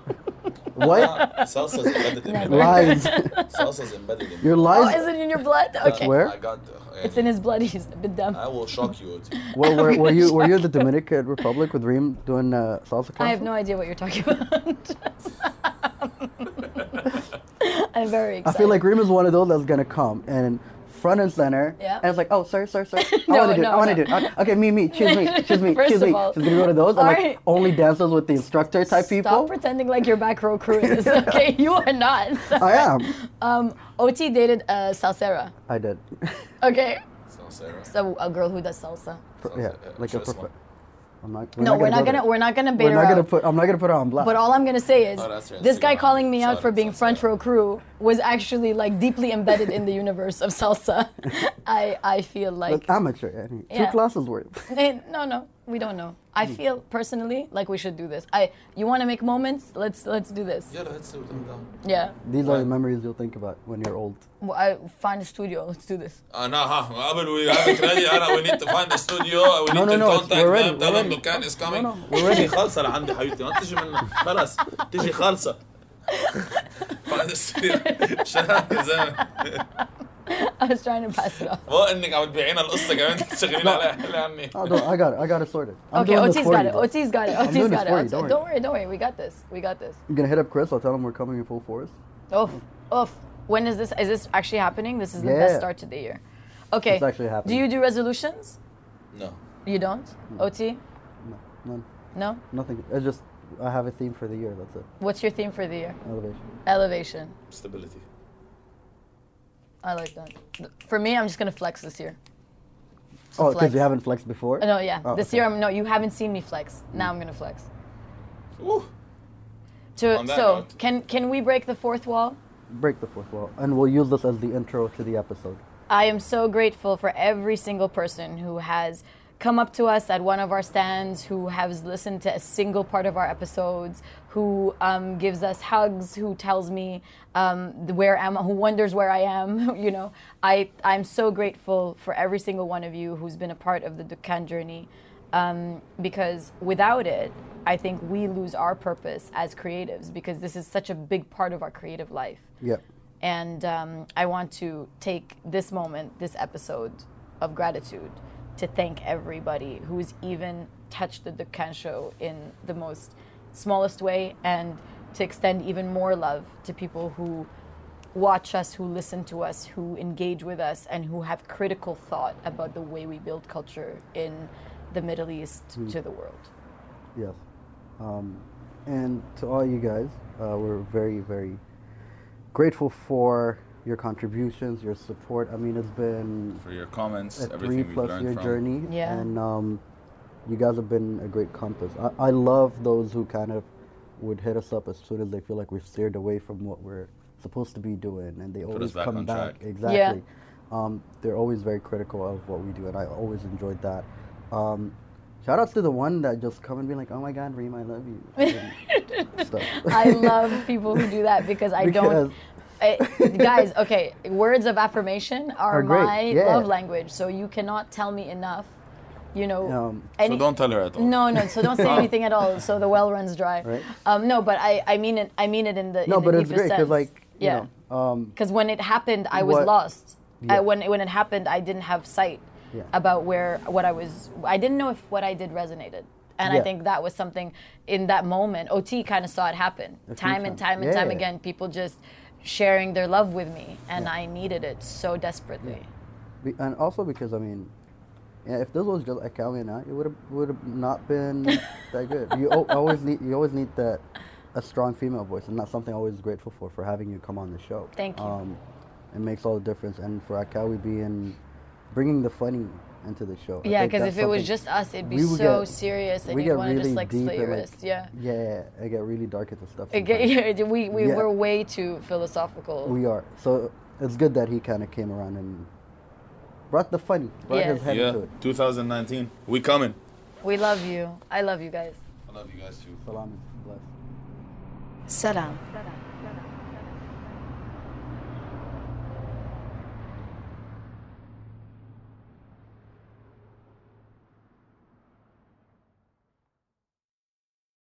Speaker 7: What
Speaker 3: Ah, Salsa's embedded in me.
Speaker 12: Never.
Speaker 7: lies?
Speaker 3: Salsa's embedded in me.
Speaker 7: Your
Speaker 12: oh,
Speaker 7: lies.
Speaker 12: is it in your blood? Okay.
Speaker 7: where?
Speaker 3: I got. uh,
Speaker 12: It's in his blood. He's a bit dumb.
Speaker 3: I will shock you. Oti.
Speaker 7: Well, were,
Speaker 12: I'm
Speaker 7: were
Speaker 12: gonna
Speaker 7: you were you at the Dominican Republic with Reem doing uh, salsa class?
Speaker 12: I have no idea what you're talking about. I'm very
Speaker 7: I
Speaker 12: excited.
Speaker 7: feel like Reem is one of those that's gonna come and front and center.
Speaker 12: Yeah.
Speaker 7: And it's like, oh, sir, sir, sir. I
Speaker 12: No,
Speaker 7: wanna do it. I
Speaker 12: no,
Speaker 7: wanna
Speaker 12: no.
Speaker 7: do it. Okay, me, me, choose me, choose me,
Speaker 12: First
Speaker 7: choose
Speaker 12: of
Speaker 7: me.
Speaker 12: all-
Speaker 7: She's gonna go to those. and like
Speaker 12: Alright.
Speaker 7: only dances with the instructor type
Speaker 12: Stop
Speaker 7: people.
Speaker 12: pretending like you're back row crew in this, okay? You are not.
Speaker 7: I am.
Speaker 12: Um, OT dated uh, Salsera,
Speaker 7: I did.
Speaker 12: okay?
Speaker 3: Salsa.
Speaker 12: So a girl who does salsa.
Speaker 7: yeah, like a
Speaker 3: Just one.
Speaker 7: perfect. I'm not.
Speaker 12: no, we're not
Speaker 7: go
Speaker 12: gonna
Speaker 7: there.
Speaker 12: we're not gonna bait
Speaker 7: We're
Speaker 12: her
Speaker 7: not gonna
Speaker 12: out.
Speaker 7: put. I'm not gonna put her on blast.
Speaker 12: but all I'm gonna say is
Speaker 3: Oh, that's right.
Speaker 12: this
Speaker 3: So
Speaker 12: guy
Speaker 3: you're on
Speaker 12: calling me out
Speaker 3: salsa-
Speaker 12: for being front
Speaker 3: salsa.
Speaker 12: row crew was actually like deeply embedded in the universe of salsa. I I feel like
Speaker 7: That's amateur. I mean,
Speaker 12: Yeah.
Speaker 7: Two classes worth.
Speaker 12: Hey, no, no, we don't know. I
Speaker 7: Hmm.
Speaker 12: feel personally like we should do this. I, you want to make moments? Let's let's do this.
Speaker 3: Yeah, let's do them down.
Speaker 12: Yeah,
Speaker 7: These are the memories you'll think about when you're old.
Speaker 12: Well, I find a studio. Let's do this.
Speaker 3: Uh, no, huh? Abel, we have it ready. Anna, we need to find the studio. We
Speaker 7: No, no,
Speaker 3: need to
Speaker 7: no, it's-
Speaker 3: contact
Speaker 7: we're ready,
Speaker 3: them. Tell
Speaker 7: we're
Speaker 3: them
Speaker 7: ready.
Speaker 3: Dukan is coming.
Speaker 7: no, we're ready.
Speaker 3: تجي خالصة لعندي حبيبتي ما تجي منها خلاص تجي خالصة هذا السير شنان يا زلمة
Speaker 12: I was trying to pass it off.
Speaker 3: مو انك عم تبيعينا القصة كمان تشغلين عليها حلي عني
Speaker 7: Oh, don't, I got it. I got it sorted. I'm
Speaker 12: okay,
Speaker 7: doing this
Speaker 12: OT's
Speaker 7: for
Speaker 12: got
Speaker 7: you,
Speaker 12: it.
Speaker 7: bro.
Speaker 12: OT's got it. OT's
Speaker 7: doing this
Speaker 12: got it.
Speaker 7: for you,
Speaker 12: OT
Speaker 7: don't worry.
Speaker 12: Don't worry. Don't worry. We got this. We got this.
Speaker 7: I'm gonna hit up Chris. I'll tell him we're coming in full force.
Speaker 12: Oof, oof. When is this? Is this actually happening? This is the
Speaker 7: Yeah.
Speaker 12: best start to the year. Okay.
Speaker 7: It's actually happening.
Speaker 12: Do you do resolutions?
Speaker 3: No
Speaker 12: You don't.
Speaker 7: Hmm.
Speaker 12: OT?
Speaker 7: No, none,
Speaker 12: No.
Speaker 7: nothing. It's just I have a theme for the year. That's it.
Speaker 12: What's your theme for the year?
Speaker 7: Elevation.
Speaker 12: Elevation.
Speaker 3: stability
Speaker 12: I like that. For me, I'm just gonna flex this year.
Speaker 7: Oh, because
Speaker 12: flex.
Speaker 7: you haven't flexed before.
Speaker 12: No, yeah.
Speaker 7: Oh,
Speaker 12: this
Speaker 7: okay.
Speaker 12: year, I'm, no, you haven't seen me flex. Now I'm gonna flex.
Speaker 3: Woo.
Speaker 12: To,
Speaker 3: On that
Speaker 12: so,
Speaker 3: note.
Speaker 12: can can we break the fourth wall?
Speaker 7: Break the fourth wall, and we'll use this as the intro to the episode.
Speaker 12: I am so grateful for every single person who has come up to us at one of our stands, who has listened to a single part of our episodes, who um, gives us hugs, who tells me um, th- where am, who wonders where I am. You know, I I'm so grateful for every single one of you who's been a part of the Dukan journey, um, because without it. I think we lose our purpose as creatives because this is such a big part of our creative life.
Speaker 7: Yeah.
Speaker 12: And um, I want to take this moment, this episode of gratitude, to thank everybody who's even touched the Dukkan show in the most smallest way and to extend even more love to people who watch us, who listen to us, who engage with us, and who have critical thought about the way we build culture in the Middle East to the world.
Speaker 7: Yes. Um, and to all you guys, uh, we're very, very grateful for your contributions, your support. I mean, it's been
Speaker 3: for your comments
Speaker 7: a three
Speaker 3: everything we've
Speaker 7: plus
Speaker 3: learned
Speaker 7: year
Speaker 3: from
Speaker 7: journey.
Speaker 12: Yeah.
Speaker 7: And um, you guys have been a great compass. I, I love those who kind of would hit us up as soon as they feel like we've steered away from what we're supposed to be doing. And they always
Speaker 3: us back
Speaker 7: come
Speaker 3: on
Speaker 7: back.
Speaker 3: track.
Speaker 7: Exactly. Um, they're always very critical of what we do. And I always enjoyed that. Um, shout outs to the one that just come and be like, oh my God, Reem, I love you. and stuff.
Speaker 12: I love people who do that because I
Speaker 7: Because-
Speaker 12: don't. I, guys, okay, words of affirmation are,
Speaker 7: Are Oh, great,
Speaker 12: my
Speaker 7: yeah.
Speaker 12: love language. So you cannot tell me enough. You know,
Speaker 7: Um,
Speaker 3: so
Speaker 12: any-
Speaker 3: don't tell her at all
Speaker 12: No, no. So don't say anything at all. So the well runs dry.
Speaker 7: Right.
Speaker 12: Um, no, but I, I mean it. I mean it in the
Speaker 7: no,
Speaker 12: in the
Speaker 7: but it's
Speaker 12: deepest
Speaker 7: great because,
Speaker 12: sense.
Speaker 7: like, you
Speaker 12: yeah.
Speaker 7: know, um,
Speaker 12: Because when it happened, I was
Speaker 7: What-
Speaker 12: lost.
Speaker 7: Yeah.
Speaker 12: I, when when it happened, I didn't have sight.
Speaker 7: Yeah.
Speaker 12: about where what I was. I didn't know if what I did resonated, and I
Speaker 7: Yeah.
Speaker 12: think that was something in that moment. OT kind of saw it happen
Speaker 7: A few
Speaker 12: time and
Speaker 7: times.
Speaker 12: time and time
Speaker 7: Yeah.
Speaker 12: again. People just sharing their love with me, and I needed it so desperately.
Speaker 7: Be- and also because I mean, yeah, if this was just a cow and I, it would have would have not been that good. You al- always need you always need that a strong female voice, and that's something I'm always grateful for for having you come on the show.
Speaker 12: Thank you.
Speaker 7: Um, it makes all the difference, and for Akawi being bringing the funny into the show. I
Speaker 12: Yeah,
Speaker 7: think
Speaker 12: 'cause
Speaker 7: that's
Speaker 12: if it was
Speaker 7: something-
Speaker 12: just us, it'd be
Speaker 7: we would
Speaker 12: so serious and
Speaker 7: we
Speaker 12: you'd
Speaker 7: get
Speaker 12: wanna just,
Speaker 7: really
Speaker 12: like, slit
Speaker 7: deep
Speaker 12: your
Speaker 7: and, like,
Speaker 12: wrist, yeah.
Speaker 7: Yeah, I get really dark into stuff.
Speaker 12: It get-
Speaker 7: sometimes.
Speaker 12: yeah, we we
Speaker 7: Yeah.
Speaker 12: were way too philosophical.
Speaker 7: We are. So it's good that he kind of came around and brought the funny, brought his head
Speaker 3: yeah,
Speaker 7: into it.
Speaker 3: 2019. We coming.
Speaker 12: We love you. I love you guys.
Speaker 3: I love you guys too.
Speaker 7: Salami. Bless.
Speaker 11: Salam.